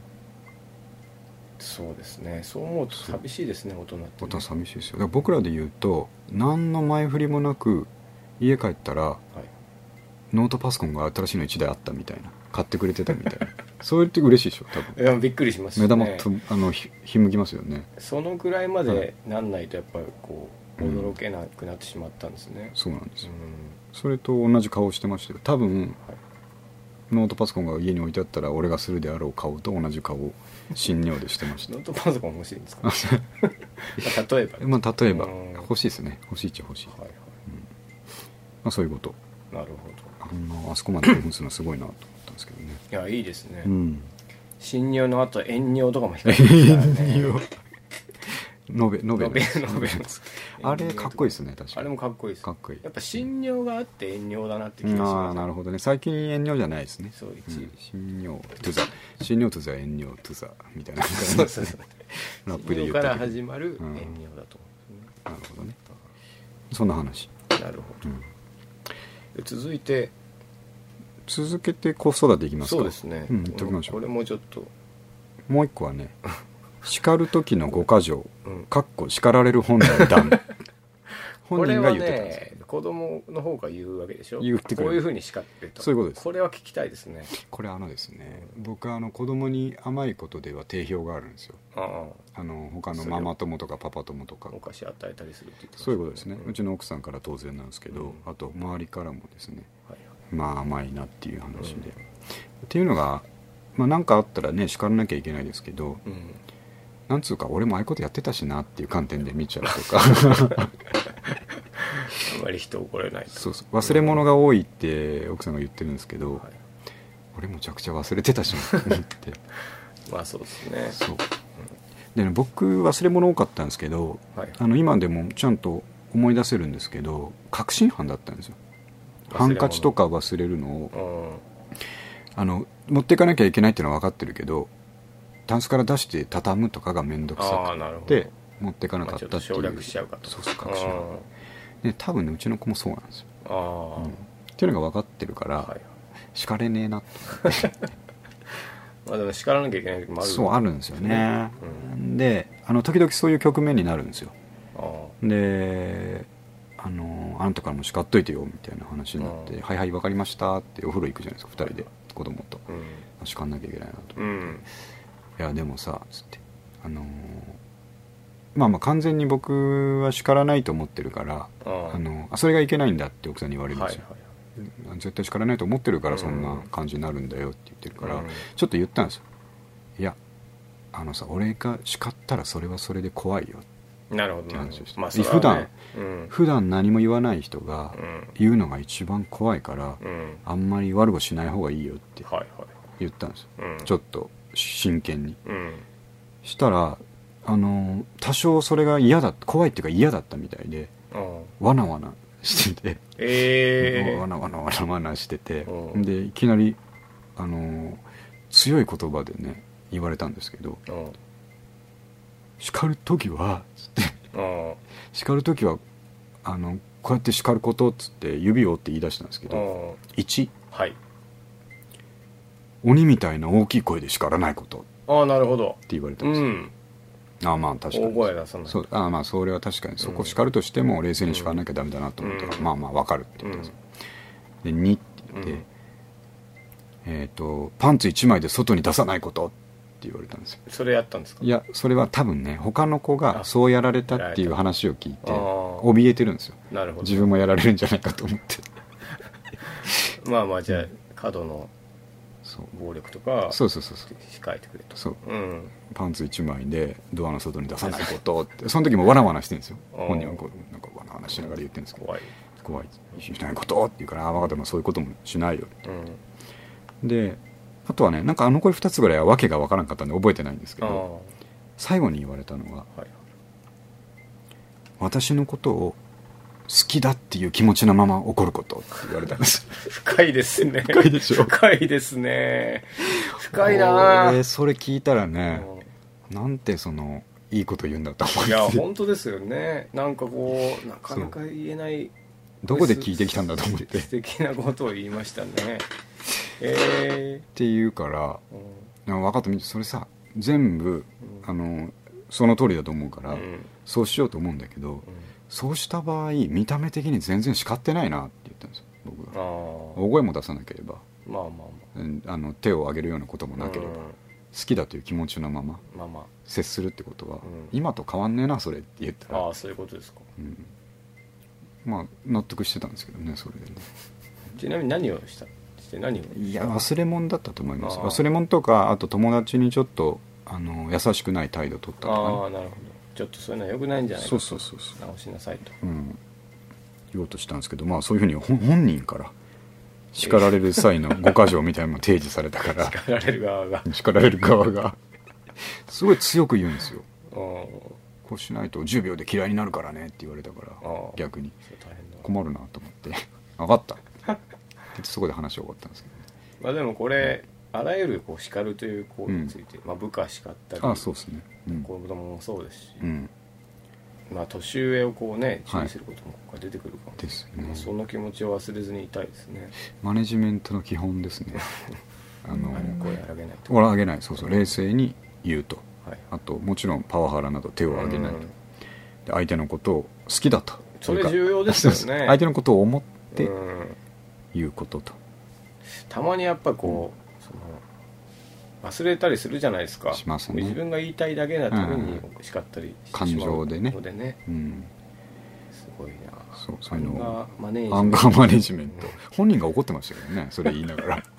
Speaker 2: そうですねそう思うと寂しいですね大人ってね、
Speaker 1: また寂しいですよだから僕らで言うと何の前振りもなく家帰ったら
Speaker 2: はい、
Speaker 1: ノートパソコンが新しいの1台あったみたいな買ってくれてたみたいなそう言って嬉しいでしょ多分
Speaker 2: いやびっくりします
Speaker 1: 目
Speaker 2: ね
Speaker 1: 玉と、あのひひむきますよね
Speaker 2: そのぐらいまでなんないとやっぱりこう驚けなくなってしまったんですね、
Speaker 1: そうなんです
Speaker 2: う
Speaker 1: よ
Speaker 2: ん
Speaker 1: それと同じ顔してましたよ多分
Speaker 2: はい
Speaker 1: ノートパソコンが家に置いてあったら俺がするであろう顔と同じ顔を新尿でしてまし
Speaker 2: ノ
Speaker 1: た
Speaker 2: ートパソコン欲しいんですか 例えば、
Speaker 1: まあ例えば
Speaker 2: うん
Speaker 1: 欲しいですね欲しいっちゃ欲しい、ま
Speaker 2: はいは
Speaker 1: あ、そういうこと
Speaker 2: いなるほど
Speaker 1: あんなあそこまで興奮するのすごいなと思ったんですけどね、
Speaker 2: いやいいですね、
Speaker 1: うん、
Speaker 2: 新尿の後遠尿とかも光って ますからね
Speaker 1: ノベノベルです
Speaker 2: ノベノベル
Speaker 1: あれかっこいいですね確かに
Speaker 2: あれもかっこいいです
Speaker 1: かっこいい
Speaker 2: やっぱ新尿があって遠尿だなって気がし
Speaker 1: あ
Speaker 2: ま
Speaker 1: あ
Speaker 2: す
Speaker 1: なるほどね最近遠慮じゃないですね
Speaker 2: そう
Speaker 1: う
Speaker 2: 一
Speaker 1: ん新尿トゥザ新尿トゥザ遠慮トゥザみたいな感じ
Speaker 2: そうそうそう
Speaker 1: ラップで言っ
Speaker 2: 新尿か
Speaker 1: た
Speaker 2: ら
Speaker 1: けど
Speaker 2: 始ま
Speaker 1: う
Speaker 2: る
Speaker 1: ん
Speaker 2: 遠尿だと思うんで
Speaker 1: なるほどねそんな話、
Speaker 2: すねなるほ
Speaker 1: うん
Speaker 2: どで続いて
Speaker 1: 続けて子育ていきますか
Speaker 2: そうですね
Speaker 1: うん言っときましょう
Speaker 2: これもちょっと
Speaker 1: もう一個はね「叱る時の五箇条
Speaker 2: うん」
Speaker 1: かっこ叱られる本来だ
Speaker 2: こ
Speaker 1: 本
Speaker 2: れ
Speaker 1: 人が
Speaker 2: は
Speaker 1: 言ってたんですよ、
Speaker 2: ね子供の方が言うわけでしょ
Speaker 1: 言ってくれる
Speaker 2: こういうふうに叱ってと
Speaker 1: そういうことです
Speaker 2: これは聞きたいですね
Speaker 1: これあのですね僕あの子供に甘いことでは定評があるんですよ
Speaker 2: あ
Speaker 1: あの他のママ友とかパパ友と
Speaker 2: あ
Speaker 1: か
Speaker 2: お菓子与えたりするって言ってました
Speaker 1: そ
Speaker 2: ね
Speaker 1: ういうことですね、
Speaker 2: ん
Speaker 1: うちの奥さんから当然なんですけど、
Speaker 2: うん
Speaker 1: あと周りからもですね
Speaker 2: はいはい
Speaker 1: まあ甘いなっていう話で、っていうのがまあ何かあったらね叱らなきゃいけないですけど
Speaker 2: うん
Speaker 1: なんつうか俺もああいうことやってたしなっていう観点で見ちゃうと か
Speaker 2: あまり人怒れないと
Speaker 1: そうそう忘れ物が多いって奥さんが言ってるんですけど、
Speaker 2: はい
Speaker 1: 俺むちゃくちゃ忘れてたしなと思って
Speaker 2: まあそうですね
Speaker 1: そうでね僕忘れ物多かったんですけど
Speaker 2: はい
Speaker 1: あの今でもちゃんと思い出せるんですけど確信犯だったんですよハンカチとか忘れるのを
Speaker 2: うん
Speaker 1: あの持っていかなきゃいけないっていうのは分かってるけどタンスから出して畳むとかが面倒く
Speaker 2: ああ
Speaker 1: さ
Speaker 2: な
Speaker 1: く
Speaker 2: るほど
Speaker 1: て持っていかなか
Speaker 2: ま
Speaker 1: っ
Speaker 2: あち
Speaker 1: た
Speaker 2: ょ
Speaker 1: っ
Speaker 2: って
Speaker 1: い
Speaker 2: と
Speaker 1: う
Speaker 2: 省略しちゃうかと
Speaker 1: そうそう確信犯
Speaker 2: うん
Speaker 1: で多分ねうちの子もそうなんですよ、
Speaker 2: ああ、
Speaker 1: うんっていうのが分かってるから、
Speaker 2: はい
Speaker 1: 叱れねえなと
Speaker 2: まあでも叱らなきゃいけない時もある
Speaker 1: そうあるんですよね、
Speaker 2: う
Speaker 1: であの時々そういう局面になるんですよ
Speaker 2: ああ
Speaker 1: であの「あんたからも叱っといてよ」みたいな話になって「
Speaker 2: うん
Speaker 1: はいはい分かりました」ってお風呂行くじゃないですか2人で子供と
Speaker 2: うん
Speaker 1: 叱んなきゃいけないなと
Speaker 2: うん
Speaker 1: いやでもさつってあのーまあまあ完全に僕は叱らないと思ってるから、
Speaker 2: ああ
Speaker 1: あのあそれがいけないんだって奥さんに言われるんで
Speaker 2: は
Speaker 1: す
Speaker 2: い
Speaker 1: よ、
Speaker 2: はい
Speaker 1: あ絶対叱らないと思ってるから
Speaker 2: うん
Speaker 1: そんな感じになるんだよって言ってるから、
Speaker 2: うん
Speaker 1: ちょっと言ったんですよいやあのさ俺が叱ったらそれはそれで怖いよ
Speaker 2: なるほ
Speaker 1: っ
Speaker 2: ど
Speaker 1: て
Speaker 2: なる
Speaker 1: 話
Speaker 2: ほ
Speaker 1: をして
Speaker 2: どまあそれは
Speaker 1: 普段
Speaker 2: ねうん
Speaker 1: 普段何も言わない人が
Speaker 2: うん
Speaker 1: 言うのが一番怖いから、
Speaker 2: うん
Speaker 1: あんまり悪をしない方がいいよって
Speaker 2: はいはい
Speaker 1: 言ったんですよ、
Speaker 2: うん
Speaker 1: ちょっと真剣に
Speaker 2: うん
Speaker 1: したらあの多少それが嫌だ怖いっていうか嫌だったみたいで
Speaker 2: うん
Speaker 1: わなわなしてて、
Speaker 2: え
Speaker 1: わ
Speaker 2: え
Speaker 1: なわなわなわなしてて
Speaker 2: うん
Speaker 1: でいきなりあの強い言葉でね言われたんですけど
Speaker 2: うん
Speaker 1: 「叱る時は」つって
Speaker 2: うん
Speaker 1: 「叱る時はあのこうやって叱ること」っつって指を折って言い出したんですけ
Speaker 2: う
Speaker 1: ど
Speaker 2: ん
Speaker 1: 「1
Speaker 2: はい
Speaker 1: 鬼みたいな大きい声で叱らないこと」って
Speaker 2: ああなるほど
Speaker 1: 言われた
Speaker 2: うん
Speaker 1: ですよ、
Speaker 2: ん
Speaker 1: ああまあ確か
Speaker 2: 大
Speaker 1: に
Speaker 2: 声出さない
Speaker 1: そうああまあそれは確かにそこ叱るとしても冷静に叱らなきゃダメだなと思ったから、
Speaker 2: うん
Speaker 1: まあまあわかるって言ってます、で2って言って、
Speaker 2: うん
Speaker 1: えっ、とパンツ1枚で外に出さないことって言われたんですよ
Speaker 2: それやったんですか
Speaker 1: いやそれは多分ね他の子が
Speaker 2: あ
Speaker 1: そうやられたっていう話を聞いて
Speaker 2: あー
Speaker 1: 怯えてるんですよ
Speaker 2: なるほ
Speaker 1: 自
Speaker 2: ど
Speaker 1: 分もやられるんじゃないかと思 って
Speaker 2: まあまあじゃあ過度の
Speaker 1: そう
Speaker 2: 暴力とか
Speaker 1: そうそうそうそう
Speaker 2: 控えてくれと
Speaker 1: そう
Speaker 2: うん
Speaker 1: パンツ1枚でドアの外に出さないことってその時もわらわらしてるんですよ
Speaker 2: あー
Speaker 1: 本人はこうなんかわらわらしながら言ってるんですけど
Speaker 2: 怖い
Speaker 1: 怖いしないことって言うからああ分かったまあそういうこともしないよ
Speaker 2: うん
Speaker 1: であとはねなんかあの声2つぐらいは訳が分からんかったんで覚えてないんですけ
Speaker 2: ああ
Speaker 1: ど最後に言われたのは
Speaker 2: はい
Speaker 1: 私のことを好きだっていう気持ちのまま怒ることって言われたんです
Speaker 2: 深いですね
Speaker 1: 深いでしょ
Speaker 2: 深いですね 深いなあ
Speaker 1: 俺それ聞いたらね
Speaker 2: うん
Speaker 1: なんてそのいいこと言うんだと思
Speaker 2: いや
Speaker 1: って
Speaker 2: 本当ですよねなんかこうなかなか言えない
Speaker 1: どこで聞いてきたんだと思ってっ
Speaker 2: 素敵なことを言いましたねえ
Speaker 1: て言うから
Speaker 2: えうん
Speaker 1: あ分かったみそれさ全部
Speaker 2: うん
Speaker 1: あのその通りだと思うから、
Speaker 2: うんうん
Speaker 1: そうしようと思うんだけどそうした場合見た目的に全然叱ってないなって言ったんですよ僕
Speaker 2: あ
Speaker 1: が
Speaker 2: あ
Speaker 1: 大声も出さなければ
Speaker 2: まあまあま
Speaker 1: うんあの手を挙げるようなことも
Speaker 2: あ
Speaker 1: なければ、
Speaker 2: うん
Speaker 1: 好きだという気持ちのまま
Speaker 2: まあま
Speaker 1: 接するってことは、
Speaker 2: ん
Speaker 1: 今と変わんねえなそれって言った
Speaker 2: あ
Speaker 1: ら、
Speaker 2: ああそういうことですか
Speaker 1: うんまあ納得してたんですけどねそれでね
Speaker 2: ちなみに何をしたして何を
Speaker 1: いや忘れ物だったと思います
Speaker 2: あー
Speaker 1: 忘れ物とかあと友達にちょっとあの優しくない態度取ったとか
Speaker 2: あ
Speaker 1: ね
Speaker 2: あなるほどちょっとそういうのは良くないんじゃないか
Speaker 1: そう
Speaker 2: と
Speaker 1: そうそうそ
Speaker 2: 直しなさいと
Speaker 1: う、うん、言おうとしたんですけどまあそういうふうにほん本人から叱られる際の5か条みたいなのも提示されたから
Speaker 2: 叱られる側が
Speaker 1: 叱られる側がすごい強く言うんですよ
Speaker 2: うんあ
Speaker 1: こうしないと10秒で嫌いになるからねって言われたから
Speaker 2: あ
Speaker 1: 逆に
Speaker 2: そう大変だ
Speaker 1: 困るなと思って「分かった」ってそこで話終わったんですけどね
Speaker 2: まあでもこれあらゆるこう叱るという行為について、まあ、部下叱ったり
Speaker 1: あそうですねうん、
Speaker 2: 子供もそうですし、
Speaker 1: うん、
Speaker 2: まあ年上をこうね注
Speaker 1: はい
Speaker 2: 意することもここから出てくるかも、
Speaker 1: です
Speaker 2: ま
Speaker 1: ね
Speaker 2: あその気持ちを忘れずにいたいですね
Speaker 1: マネジメントの基本です ねあの
Speaker 2: あれ声荒げないと
Speaker 1: 俺はあげないそうそう冷静に言うと
Speaker 2: はい
Speaker 1: あともちろんパワハラなど手を挙げないと、
Speaker 2: うん
Speaker 1: で相手のことを好きだと
Speaker 2: それ
Speaker 1: というか
Speaker 2: 重要ですよね
Speaker 1: そう そう相手のことを思って
Speaker 2: うん
Speaker 1: 言うことと、
Speaker 2: たまにやっぱこう、その忘れたりするじゃないですか
Speaker 1: しますね
Speaker 2: 自分が言いたいだけなために
Speaker 1: う
Speaker 2: 叱ったりしてしまう
Speaker 1: 感情でね
Speaker 2: のでね
Speaker 1: うん、
Speaker 2: すごいな
Speaker 1: そうそういうの
Speaker 2: アンガーマネージメント
Speaker 1: アンガーマネジメント本人が怒ってましたけどねそれ言いながら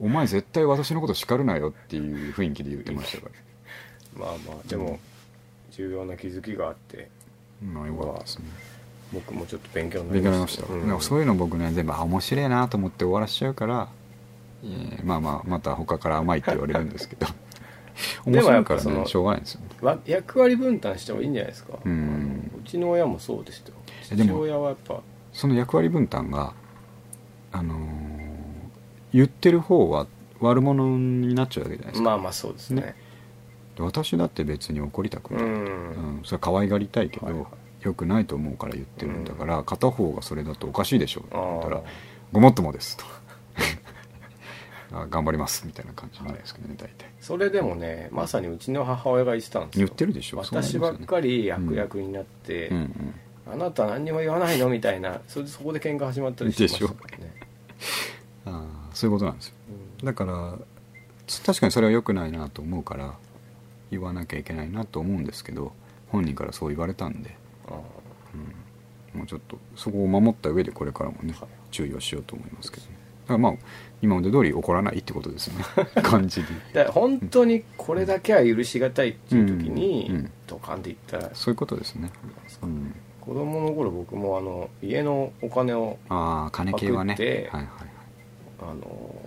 Speaker 1: お前絶対私のこと叱るなよっていう雰囲気で言ってましたから
Speaker 2: まあまあでも重要な気づきがあって
Speaker 1: まあよかったですね
Speaker 2: 僕もちょっと勉強になり
Speaker 1: 勉強になり
Speaker 2: ま
Speaker 1: ま
Speaker 2: し
Speaker 1: したた、
Speaker 2: うん
Speaker 1: でもそういうの僕ね全部あ面白いなと思って終わらしちゃうから、えーまあまあまた他から甘いって言われるんですけど
Speaker 2: で
Speaker 1: 面
Speaker 2: もや
Speaker 1: 白
Speaker 2: っ
Speaker 1: いか
Speaker 2: ぱ
Speaker 1: ら
Speaker 2: その
Speaker 1: ねしょうがないですよね
Speaker 2: わ役割分担した方がいいんじゃないですか、
Speaker 1: うん
Speaker 2: あのうちの親もそうでしたよ
Speaker 1: えで
Speaker 2: 父
Speaker 1: も
Speaker 2: 親はやっぱ
Speaker 1: その役割分担があのー言ってる方は悪者になっちゃうわけじゃないですか、
Speaker 2: まあまあそうですね
Speaker 1: ねで私だって別に怒りたく
Speaker 2: う
Speaker 1: ない、
Speaker 2: ん、
Speaker 1: うんそれは可愛がりたいけど、
Speaker 2: はいはい
Speaker 1: よくないと思うから言ってるんだから、片方がそれだとおかしいでしょって言った
Speaker 2: あ
Speaker 1: ら
Speaker 2: ー
Speaker 1: 「ごもっともです」 と「あ頑張ります」みたいな感じなんですけどね、大体
Speaker 2: それでもねまさにうちの母親が言ってたんですよ
Speaker 1: 言ってるでしょそうなんです
Speaker 2: 私
Speaker 1: よね
Speaker 2: ばっかり悪役になって、
Speaker 1: うんうん
Speaker 2: あなた何にも言わないのみたいなそれでそこで喧嘩始まったりしてましたからね
Speaker 1: あーそういうことなんですよ
Speaker 2: うん
Speaker 1: だからつ確かにそれは良くないなと思うから言わなきゃいけないなと思うんですけど本人からそう言われたんで、
Speaker 2: あー
Speaker 1: うん、もうちょっとそこを守った上でこれからもね
Speaker 2: はい
Speaker 1: 注意をしようと思いますけどねだからまあ今まで通り怒らないってことですよ ね感じで
Speaker 2: だから本当にこれだけは許しがたいっていう時に、
Speaker 1: うんうん
Speaker 2: ドカンっていったら
Speaker 1: そういうことですね、うん、
Speaker 2: 子供の頃僕もあの家のお金を
Speaker 1: ああ金系はね
Speaker 2: パクって
Speaker 1: はいはいはい
Speaker 2: あの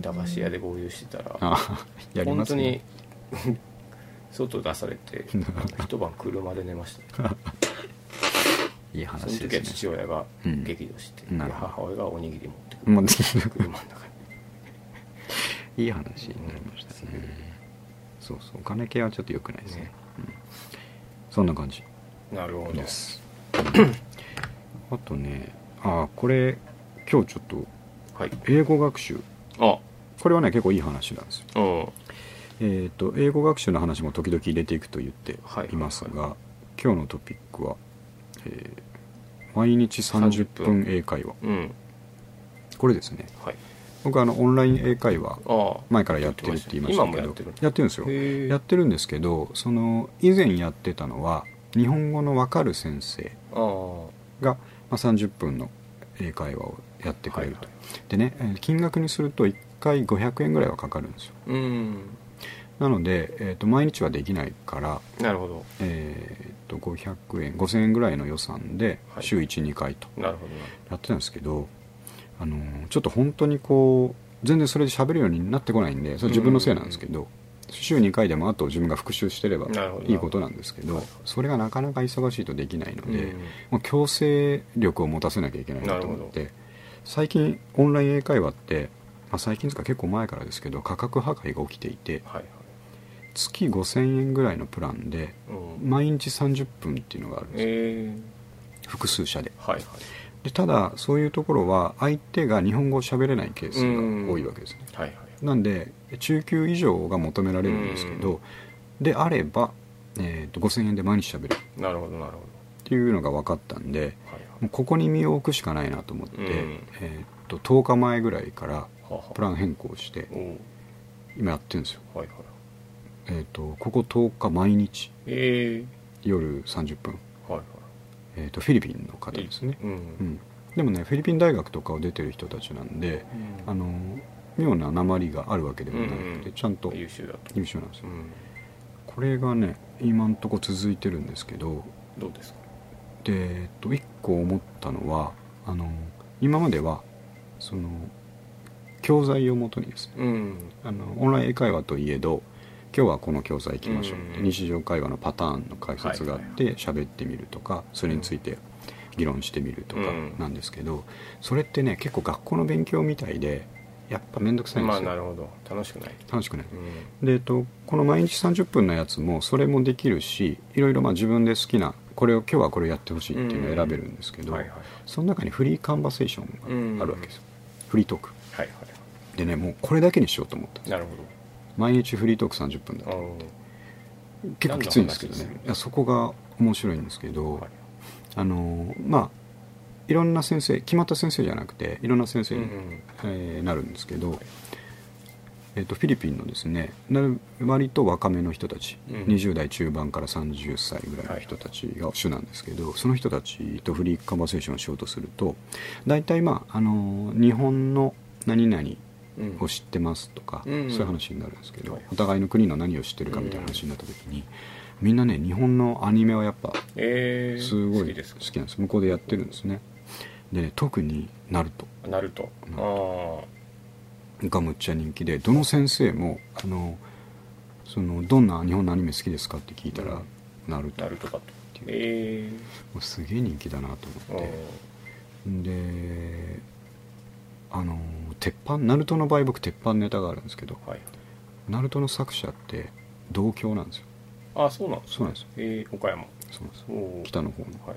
Speaker 2: ー駄菓子屋で合流してたら
Speaker 1: ああやり
Speaker 2: 本
Speaker 1: ま
Speaker 2: 当
Speaker 1: す
Speaker 2: に
Speaker 1: ね
Speaker 2: 外出されて一晩車で寝ました
Speaker 1: いい
Speaker 2: その
Speaker 1: 話
Speaker 2: 時は
Speaker 1: ですね
Speaker 2: 父親が
Speaker 1: うん
Speaker 2: 激怒して、
Speaker 1: な
Speaker 2: で
Speaker 1: るほど
Speaker 2: 母親がおにぎり持ってくる
Speaker 1: もう
Speaker 2: 車の中 に
Speaker 1: いい話になりましたね、そうそうお金系はちょっと良くないですね
Speaker 2: ね
Speaker 1: うん、そんな感じ
Speaker 2: なるほど
Speaker 1: です あとねあこれ今日ちょっと
Speaker 2: はい
Speaker 1: 英語学習
Speaker 2: あ
Speaker 1: これはね結構いい話なんですよ
Speaker 2: うん
Speaker 1: えっ、と英語学習の話も時々入れていくと言って
Speaker 2: はい
Speaker 1: いますが、今日のトピックは、えー毎日30分英会話
Speaker 2: うん
Speaker 1: これですね
Speaker 2: はい
Speaker 1: 僕はあのオンライン英会話
Speaker 2: ああ
Speaker 1: 前からやってるって言いましたけど
Speaker 2: 今もやってる
Speaker 1: やってるんですよ
Speaker 2: へえ
Speaker 1: やってるんですけどその以前やってたのは日本語のわかる先生
Speaker 2: ああ
Speaker 1: が、まあ、30分の英会話をやってくれると、
Speaker 2: はい
Speaker 1: でねえー金額にすると1回500円ぐらいはかかるんですよ
Speaker 2: うん
Speaker 1: なので、えー、と毎日はできないから、
Speaker 2: なるほど
Speaker 1: えー、と500円5000円ぐらいの予算で
Speaker 2: はい
Speaker 1: 週12、回と
Speaker 2: なるほどな
Speaker 1: やってたんですけど、あのーちょっと本当にこう全然それで喋るようになってこないんでそれ自分のせいなんですけど、週2回でもあと自分が復習してれば
Speaker 2: なるほど
Speaker 1: いいことなんですけどそれがなかなか忙しいとできないので、
Speaker 2: うん
Speaker 1: もう強制力を持たせなきゃいけないなと思って最近オンライン英会話って、まあ、最近ですか結構前からですけど価格破壊が起きていて
Speaker 2: はいはい
Speaker 1: 月5000円ぐらいのプランで
Speaker 2: うん
Speaker 1: 毎日30分っていうのがあるんですよ
Speaker 2: ええ
Speaker 1: 複数社で
Speaker 2: はいはい
Speaker 1: でただそういうところは相手が日本語を喋れないケースが多いわけですね
Speaker 2: はいはい
Speaker 1: なんで中級以上が求められるんですけ
Speaker 2: うん
Speaker 1: どであれば、えーと5000円で毎日喋るっ
Speaker 2: なるほどなるほ
Speaker 1: ていうのが分かったんで
Speaker 2: どはいはい
Speaker 1: もうここに身を置くしかないなと思って、
Speaker 2: うん
Speaker 1: えー、と10日前ぐらいから
Speaker 2: はは
Speaker 1: プラン変更して
Speaker 2: おう
Speaker 1: 今やってるんですよ、
Speaker 2: はいはい
Speaker 1: えー、とここ10日毎日
Speaker 2: え
Speaker 1: 夜30分、
Speaker 2: えはいは
Speaker 1: えー、とフィリピンの方
Speaker 2: い
Speaker 1: ですね、
Speaker 2: うん
Speaker 1: うん、でもねフィリピン大学とかを出てる人たちなんで
Speaker 2: うん
Speaker 1: あの妙な鉛があるわけでもなくて、
Speaker 2: うん
Speaker 1: ちゃんと
Speaker 2: 優秀だと
Speaker 1: 優秀なんです
Speaker 2: う
Speaker 1: よ
Speaker 2: ん
Speaker 1: これがね今んとこ続いてるんですけど
Speaker 2: どうですか
Speaker 1: で、えー、と1個思ったのはあの今まではその教材をもとにですね
Speaker 2: うん
Speaker 1: あのオンライン英会話といえど今日はこの教材行きましょうって、
Speaker 2: うん
Speaker 1: 日常会話のパターンの解説があって喋、ってみるとかそれについて議論してみるとか
Speaker 2: うん
Speaker 1: なんですけど、それってね結構学校の勉強みたいでやっぱ面倒くさいんで
Speaker 2: ますあ
Speaker 1: よ、
Speaker 2: なるほど楽しくない
Speaker 1: 楽しくない
Speaker 2: うん
Speaker 1: で、えっと、この毎日30分のやつもそれもできるしいろいろまあ自分で好きなこれを今日はこれやってほしいっていうのを選べるんですけど、
Speaker 2: はいはい
Speaker 1: その中にフリーカンバセーションがあるわけですよ、フリートーク
Speaker 2: はいは
Speaker 1: でねもうこれだけにしようと思ったんです
Speaker 2: いなるほ
Speaker 1: 毎日フリートーク30分だ
Speaker 2: ど
Speaker 1: と
Speaker 2: うん
Speaker 1: 結構きついんですけど
Speaker 2: 何の話
Speaker 1: ね
Speaker 2: です
Speaker 1: いやそこが面白いんですけど、
Speaker 2: はい
Speaker 1: あのまあいろんな先生決まった先生じゃなくていろんな先生に、
Speaker 2: うん
Speaker 1: えーなるんですけど、えっとフィリピンのですねなる割と若めの人たち、
Speaker 2: うん
Speaker 1: 20代中盤から30歳ぐらいの人たちが主なんですけど、その人たちとフリーカンバセーションをしようとすると大体まあ、あの日本の何々
Speaker 2: うん
Speaker 1: を知ってますとか、
Speaker 2: うんうん
Speaker 1: そういう話になるんですけど、
Speaker 2: はい
Speaker 1: お互いの国の何を知ってるかみたいな話になった時に、みんなね日本のアニメはやっぱ
Speaker 2: えー
Speaker 1: すご
Speaker 2: 好
Speaker 1: い
Speaker 2: き
Speaker 1: 好
Speaker 2: です
Speaker 1: きなんです向こうでやってるんですねでね特にナルト
Speaker 2: ナルト
Speaker 1: ナル
Speaker 2: あ
Speaker 1: がむっちゃ人気でどの先生もあのそのどんな日本のアニメ好きですかって聞いたら、
Speaker 2: うん
Speaker 1: ナル
Speaker 2: あ
Speaker 1: ト
Speaker 2: ナルトかとえ
Speaker 1: もうすげえ人気だなと
Speaker 2: ー
Speaker 1: 思っ
Speaker 2: う
Speaker 1: てであの鉄板ナルトの場合僕鉄板ネタがあるんですけど
Speaker 2: んはい
Speaker 1: ナルトの作者って同郷なんですよ
Speaker 2: あそうなんです
Speaker 1: そうなんですよ
Speaker 2: えー岡山
Speaker 1: そうなんですよ
Speaker 2: おー
Speaker 1: 北の方の
Speaker 2: はい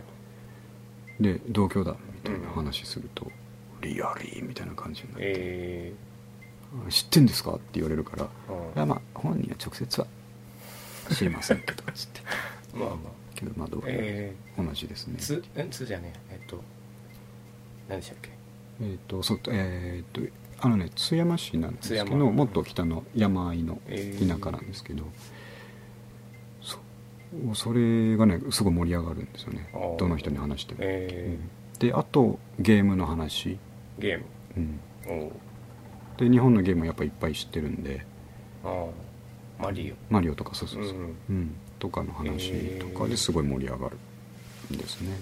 Speaker 1: で同郷だみたいな話すると、リアリーみたいな感じになって、
Speaker 2: え
Speaker 1: 知ってんですかって言われるから
Speaker 2: ーうん
Speaker 1: いやまあ本人は直接は知りま せんけどつって
Speaker 2: まあまあ
Speaker 1: けどまあどうか
Speaker 2: え
Speaker 1: 同じですね
Speaker 2: ーつえつじゃねええっと何でしたっけ
Speaker 1: えっ、とそうえっ、とあのね津山市なんですけ
Speaker 2: 津
Speaker 1: ど
Speaker 2: 山
Speaker 1: もっと北の山あいの
Speaker 2: え
Speaker 1: 田
Speaker 2: ー
Speaker 1: 舎なんですけど、そうそれがねすごい盛り上がるんですよね
Speaker 2: あー
Speaker 1: どの人に話しても、
Speaker 2: え
Speaker 1: うんであとゲームの話、
Speaker 2: ーゲーム
Speaker 1: うん、
Speaker 2: おー
Speaker 1: で日本のゲームやっぱいっぱい知ってるんで
Speaker 2: ああマリ
Speaker 1: マリオとかそう
Speaker 2: オ
Speaker 1: そううそう、
Speaker 2: ん
Speaker 1: うん、とかの話とか
Speaker 2: え
Speaker 1: で
Speaker 2: ー
Speaker 1: すごい盛り上がるんですね、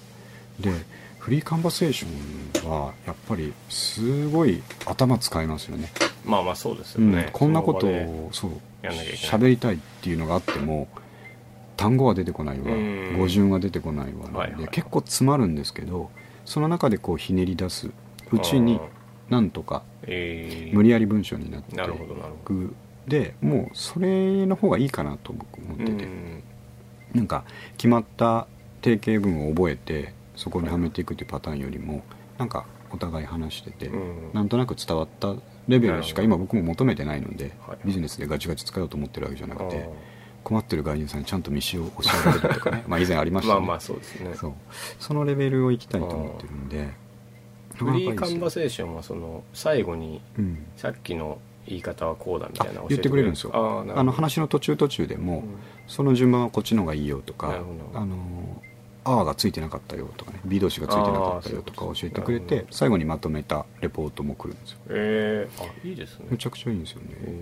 Speaker 1: でフリーカンバセーションはやっぱりすごい頭使いますよね
Speaker 2: まあまあそうです
Speaker 1: う
Speaker 2: よ
Speaker 1: ん
Speaker 2: ね
Speaker 1: こんなこと
Speaker 2: その場で
Speaker 1: をそう
Speaker 2: やんなきゃいけない
Speaker 1: 喋りたいっていうのがあっても単語は出てこないわ
Speaker 2: うん
Speaker 1: 語順は出てこないわ
Speaker 2: はい
Speaker 1: な
Speaker 2: は
Speaker 1: ん
Speaker 2: い
Speaker 1: で
Speaker 2: はい
Speaker 1: 結構詰まるんですけどその中でこうひねり出すうちに
Speaker 2: あー
Speaker 1: なんとか
Speaker 2: えー
Speaker 1: 無理やり文章になって
Speaker 2: なるほどなるほ
Speaker 1: くでもうそれの方がいいかなと僕思っ
Speaker 2: ど
Speaker 1: てて、
Speaker 2: うん
Speaker 1: なんか決まった定型文を覚えてそこにはめていくっていうパターンよりもなんかお互い話してて、
Speaker 2: うん
Speaker 1: なんとなく伝わったレベルしか
Speaker 2: なる
Speaker 1: 今僕も求めてないので
Speaker 2: はい
Speaker 1: ビジネスでガチガチ使おうと思ってるわけじゃなくて
Speaker 2: あ
Speaker 1: 困ってる外人さんにちゃんと飯を教えられるとか ねまあ以前ありま
Speaker 2: ー
Speaker 1: し
Speaker 2: ま
Speaker 1: た
Speaker 2: あ
Speaker 1: ね
Speaker 2: まあそうですね
Speaker 1: そうそのレベルをいきたいと思ってるんで
Speaker 2: フリーカンバ
Speaker 1: ー
Speaker 2: セーションはその最後に
Speaker 1: うん
Speaker 2: さっきの言い方はこうだみたいな
Speaker 1: あ
Speaker 2: 教え
Speaker 1: 言ってくれるんですよ
Speaker 2: ああなるほど
Speaker 1: あの話の途中途中でも、その順番はこっちの方がいいよと
Speaker 2: な
Speaker 1: か
Speaker 2: るほど
Speaker 1: あの「あ」がついてなかったよとかね「B 動詞がついてなかったよ」とか
Speaker 2: あー
Speaker 1: 教
Speaker 2: そ
Speaker 1: え
Speaker 2: ういうこ
Speaker 1: て
Speaker 2: と
Speaker 1: くれ
Speaker 2: な
Speaker 1: て
Speaker 2: るほ
Speaker 1: 最後にまとめたレポートも来るんですよ
Speaker 2: ええあいいですね
Speaker 1: めちゃくちゃいいんですよね
Speaker 2: え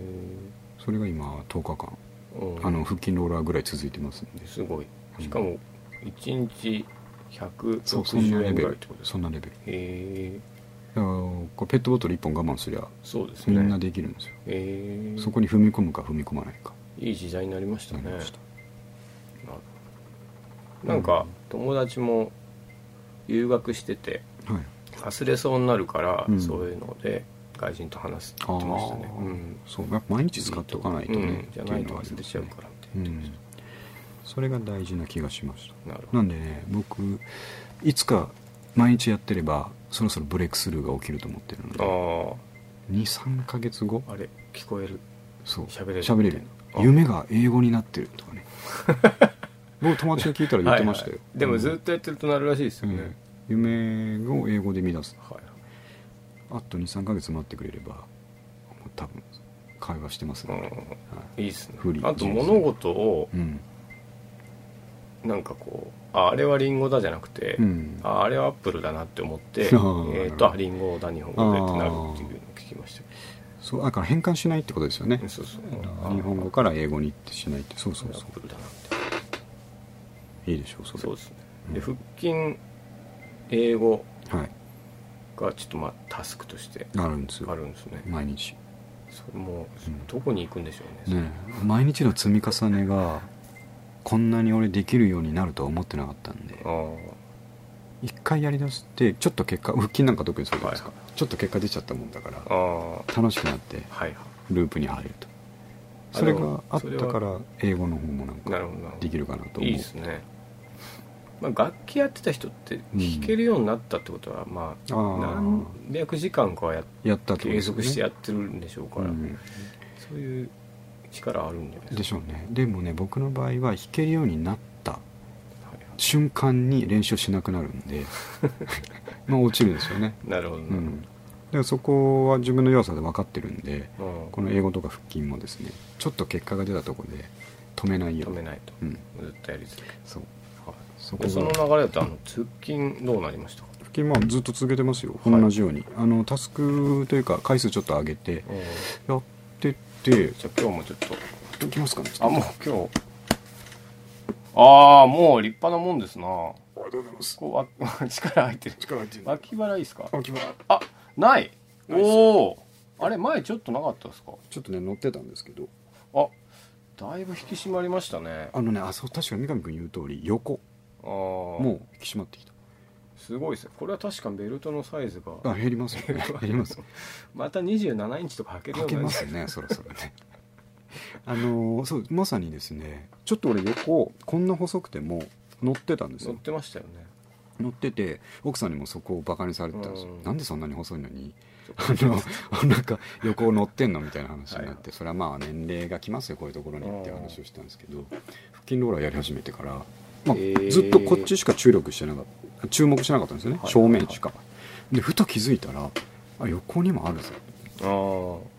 Speaker 1: それが今10日間
Speaker 2: ーうん
Speaker 1: あの腹筋ローラーぐらい続いてますんです
Speaker 2: ごいしかも1日
Speaker 1: そうそんな
Speaker 2: 160
Speaker 1: レ
Speaker 2: 円ぐ
Speaker 1: ベ
Speaker 2: らいっ
Speaker 1: ル
Speaker 2: てことです
Speaker 1: そ
Speaker 2: か
Speaker 1: んなレベル
Speaker 2: ええ
Speaker 1: あのこれペットボトル1本我慢すりゃ
Speaker 2: そうです
Speaker 1: み
Speaker 2: ね
Speaker 1: んなできるんですよ
Speaker 2: ええ
Speaker 1: そこに踏み込むか踏み込まないか
Speaker 2: いい時代になりました
Speaker 1: な
Speaker 2: ね
Speaker 1: りました
Speaker 2: ななんか友達も留学してて
Speaker 1: はい
Speaker 2: 忘れそうになるから、
Speaker 1: うん
Speaker 2: そういうので外人と話すって言ってましたね
Speaker 1: あー
Speaker 2: うん
Speaker 1: そうやっぱ毎日使っておかないとね
Speaker 2: うんじゃな
Speaker 1: っ
Speaker 2: いと
Speaker 1: てう
Speaker 2: 忘
Speaker 1: のはあり
Speaker 2: れ
Speaker 1: ます
Speaker 2: ちゃ
Speaker 1: ね
Speaker 2: うからって
Speaker 1: う
Speaker 2: 言ってまし
Speaker 1: んそれが大事な気がしました
Speaker 2: た、なるほど
Speaker 1: なんでね僕いつか毎日やってればそろそろブレイクスルーが起きると思ってるので
Speaker 2: あ
Speaker 1: 23ヶ月後
Speaker 2: ああれ聞こえる
Speaker 1: そう
Speaker 2: 喋れる
Speaker 1: 喋れる
Speaker 2: あ
Speaker 1: 夢が英語になってると かね僕友達に聞いたら言ってましたよ、
Speaker 2: はいはいでもずっ
Speaker 1: と、
Speaker 2: とやってるとなるらしいです
Speaker 1: う
Speaker 2: よ
Speaker 1: ん
Speaker 2: ね、
Speaker 1: 夢を英語で見出す
Speaker 2: はい
Speaker 1: あと23ヶ月待ってくれればもう多分会話してます
Speaker 2: は
Speaker 1: ね
Speaker 2: い、
Speaker 1: は
Speaker 2: うん、いいですね
Speaker 1: 不利
Speaker 2: あと物事を
Speaker 1: いうん
Speaker 2: なんかこうああれはリンゴだじゃなくて、
Speaker 1: うん
Speaker 2: ああれはアップルだなって思って
Speaker 1: あ
Speaker 2: え
Speaker 1: ー
Speaker 2: ーっとあリンゴだ日本語でってなるっていうのを聞きましたけ
Speaker 1: そうだから変換しないってことですよね
Speaker 2: どそうそう
Speaker 1: 日本語から英語にってしないってそう
Speaker 2: そ
Speaker 1: そうう
Speaker 2: ア
Speaker 1: そ
Speaker 2: ップルだなって
Speaker 1: ういいでしょうそれ
Speaker 2: そうですね
Speaker 1: うん
Speaker 2: で腹筋英語
Speaker 1: はい
Speaker 2: がちょっとまあタスクとして
Speaker 1: あるんです
Speaker 2: あ
Speaker 1: よ
Speaker 2: るんですね
Speaker 1: 毎日、
Speaker 2: それも
Speaker 1: うん
Speaker 2: どこに行くんでしょうね
Speaker 1: ね、毎日の積み重ねがこんなに俺できるようになるとは思ってなかったんで
Speaker 2: ああ
Speaker 1: 一回やりだしてちょっと結果腹筋なんか特にそうじゃないですか、
Speaker 2: は
Speaker 1: ちょっと結果出ちゃったもんだから
Speaker 2: ああは
Speaker 1: 楽しくなって
Speaker 2: いはい
Speaker 1: ループに入ると
Speaker 2: あ
Speaker 1: それがあっ
Speaker 2: でも
Speaker 1: たか
Speaker 2: それ
Speaker 1: ら英語の方もなんか
Speaker 2: なるほどなるほど
Speaker 1: できるかなと思う
Speaker 2: いいですね、まあ、楽器やってた人って
Speaker 1: うん
Speaker 2: 弾けるようになったってことは、まあ
Speaker 1: あー
Speaker 2: 何百時間かはやっ
Speaker 1: やったってこと
Speaker 2: 継
Speaker 1: ですよ
Speaker 2: 続
Speaker 1: ね
Speaker 2: してやってるんでしょうから、
Speaker 1: うん
Speaker 2: そういう力あるんじゃない
Speaker 1: で
Speaker 2: で
Speaker 1: し
Speaker 2: すか
Speaker 1: ょうねでもね僕の場合は弾けるようになった
Speaker 2: はいは
Speaker 1: 瞬間に練習しなくなるん でまあ落ちるんですよね
Speaker 2: いなるほどな
Speaker 1: う
Speaker 2: る
Speaker 1: んだからそこは自分の弱さで分かってるんで
Speaker 2: ほど、うん
Speaker 1: この英語とか腹筋もですねちょっと結果が出たところで止めないよう
Speaker 2: 止
Speaker 1: に
Speaker 2: めないと、
Speaker 1: うん
Speaker 2: ずっとやり続ける、
Speaker 1: そう
Speaker 2: は
Speaker 1: そ
Speaker 2: い、で
Speaker 1: こ
Speaker 2: その
Speaker 1: が
Speaker 2: 流れだとあの通勤どうなりましたか、
Speaker 1: 腹筋まあずっと続けてますよ、
Speaker 2: はい
Speaker 1: 同じようにあのタスクというか回数ちょっと上げて
Speaker 2: うん
Speaker 1: やってって
Speaker 2: じゃあ今日もちょっと
Speaker 1: どきますかね
Speaker 2: あもう今日ああもう立派なもんですな
Speaker 1: ありがとうございます
Speaker 2: こうあ 力入ってる
Speaker 1: 力入ってる
Speaker 2: 脇腹いいですか
Speaker 1: あきま
Speaker 2: あない
Speaker 1: ないっすね
Speaker 2: おおあれ前ちょっとなかったですか
Speaker 1: ちょっとね乗ってたんですけど
Speaker 2: あだいぶ引き締まりましたね
Speaker 1: あのねあそう確かに三上君言う通り横
Speaker 2: あも
Speaker 1: もう引き締まってきた
Speaker 2: うすごいですねこれは確かベルトのサイズが
Speaker 1: あ減りますよ ね減ります
Speaker 2: また27インチとか履けるよ
Speaker 1: か
Speaker 2: う
Speaker 1: け
Speaker 2: にな
Speaker 1: ま
Speaker 2: り
Speaker 1: すねそろそろねあのーそうまさにですねちょっと俺横こんな細くても乗ってたんです
Speaker 2: 乗っ
Speaker 1: よ
Speaker 2: てましたよね
Speaker 1: 乗ってて奥さんにもそこをバカにされてたんですよ
Speaker 2: うん
Speaker 1: なんでそんなに細いのに
Speaker 2: ちょっ
Speaker 1: あの なんか横を乗ってんのみたいな話になってそれはまあ年齢が来ますよこういうところにっていう話をしたんですけど腹筋ローラーやり始めてから、まあ
Speaker 2: へー
Speaker 1: ずっとこっちしか注力してなかった注目してなかったんですよね、
Speaker 2: はい
Speaker 1: 正面しかでふと気づいたらあ横にもあるぞ
Speaker 2: とああ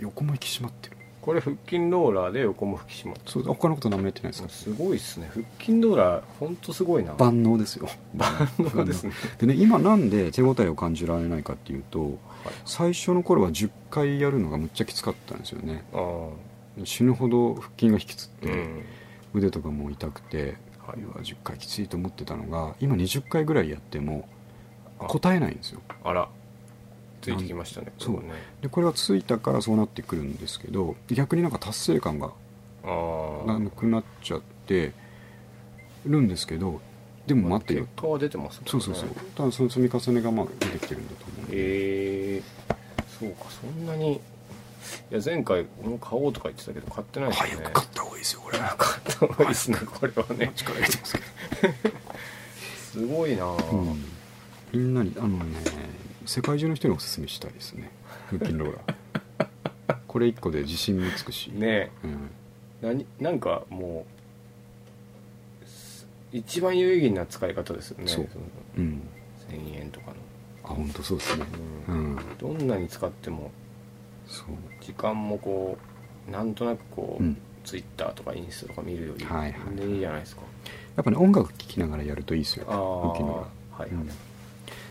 Speaker 1: 横も引き締まってる
Speaker 2: これ腹筋ローラーで横も引き締まって
Speaker 1: そう他のこと何もやってないですか
Speaker 2: すごいですね腹筋ローラーほんとすごいな
Speaker 1: 万能ですよ万
Speaker 2: 能ですね
Speaker 1: でね今なんで手応えを感じられないかっていうと
Speaker 2: はい
Speaker 1: 最初の頃は10回やるのがむっちゃきつかったんですよね
Speaker 2: ああ
Speaker 1: 死ぬほど腹筋が引きつって、
Speaker 2: うん
Speaker 1: 腕とかも痛くて
Speaker 2: は
Speaker 1: うわ
Speaker 2: い
Speaker 1: 10回きついと思ってたのが今20回ぐらいやっても
Speaker 2: あ
Speaker 1: 答えないんですよ
Speaker 2: あらついてきましたね
Speaker 1: そう
Speaker 2: これね
Speaker 1: でこれはついたからそうなってくるんですけど逆になんか達成感が
Speaker 2: あ
Speaker 1: な
Speaker 2: あ
Speaker 1: くなっちゃってるんですけどでも待ってよ
Speaker 2: 結果は出てますもんね
Speaker 1: そうそうそうただその積み重ねがまあ出てきてるんだと思うんで
Speaker 2: えー、そうかそんなにいや前回もう買おうとか言ってたけど買ってないですね
Speaker 1: 早く買った方がいいですよこれ
Speaker 2: 買った方がいいですねこれはね
Speaker 1: 力入れてますけ
Speaker 2: すごいなあ、
Speaker 1: ど、うんみんなにあのね世界中の人におすすめしたいですね腹筋ローラ ーこれ1個で自信もつくし、
Speaker 2: ね
Speaker 1: うん、
Speaker 2: えなになんかもうす一番有意義な使い方ですよね
Speaker 1: そう
Speaker 2: の
Speaker 1: うん、
Speaker 2: 1000円とかの、
Speaker 1: あ本当そうですね
Speaker 2: う
Speaker 1: うんん
Speaker 2: どんなに使っても
Speaker 1: そう
Speaker 2: 時間もこうなんとなくこう、
Speaker 1: うん
Speaker 2: Twitter とかインスタとか見るより、
Speaker 1: はいはい
Speaker 2: 全然いいじゃないですか
Speaker 1: やっぱね音楽聴きながらやるといいですよ
Speaker 2: ああ
Speaker 1: 腹筋ローラー
Speaker 2: はいはい、
Speaker 1: うん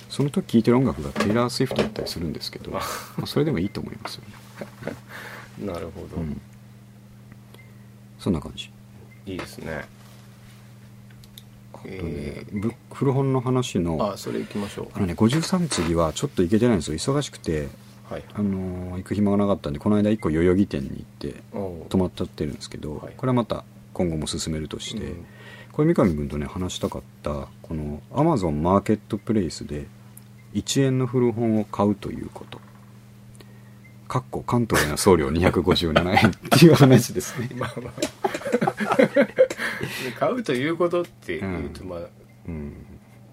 Speaker 1: その時聴いてる音楽がテイラー・スウィフトだったりするんですけど、
Speaker 2: あ
Speaker 1: まあ、それでもいいと思いますよね、
Speaker 2: なるほど、
Speaker 1: うん、そんな感じ
Speaker 2: いいですね
Speaker 1: あとね、
Speaker 2: え
Speaker 1: ぶ古本の話の
Speaker 2: あそれ行きましょ
Speaker 1: あのね53次はちょっと行けてないんですよ忙しくて、
Speaker 2: うはい
Speaker 1: あのー行く暇がなかったんでこの間1個代々木店に行って
Speaker 2: おう
Speaker 1: 泊まっちゃってるんですけど、
Speaker 2: はい
Speaker 1: これはまた今後も進めるとして、
Speaker 2: うん
Speaker 1: これ三上君とね話したかったこのアマゾンマーケットプレイスで1円の古本を買うということかっこ関東への送料257円っていう話ですね
Speaker 2: 、まあまあ買うということっていうと、
Speaker 1: うん
Speaker 2: まあ
Speaker 1: うん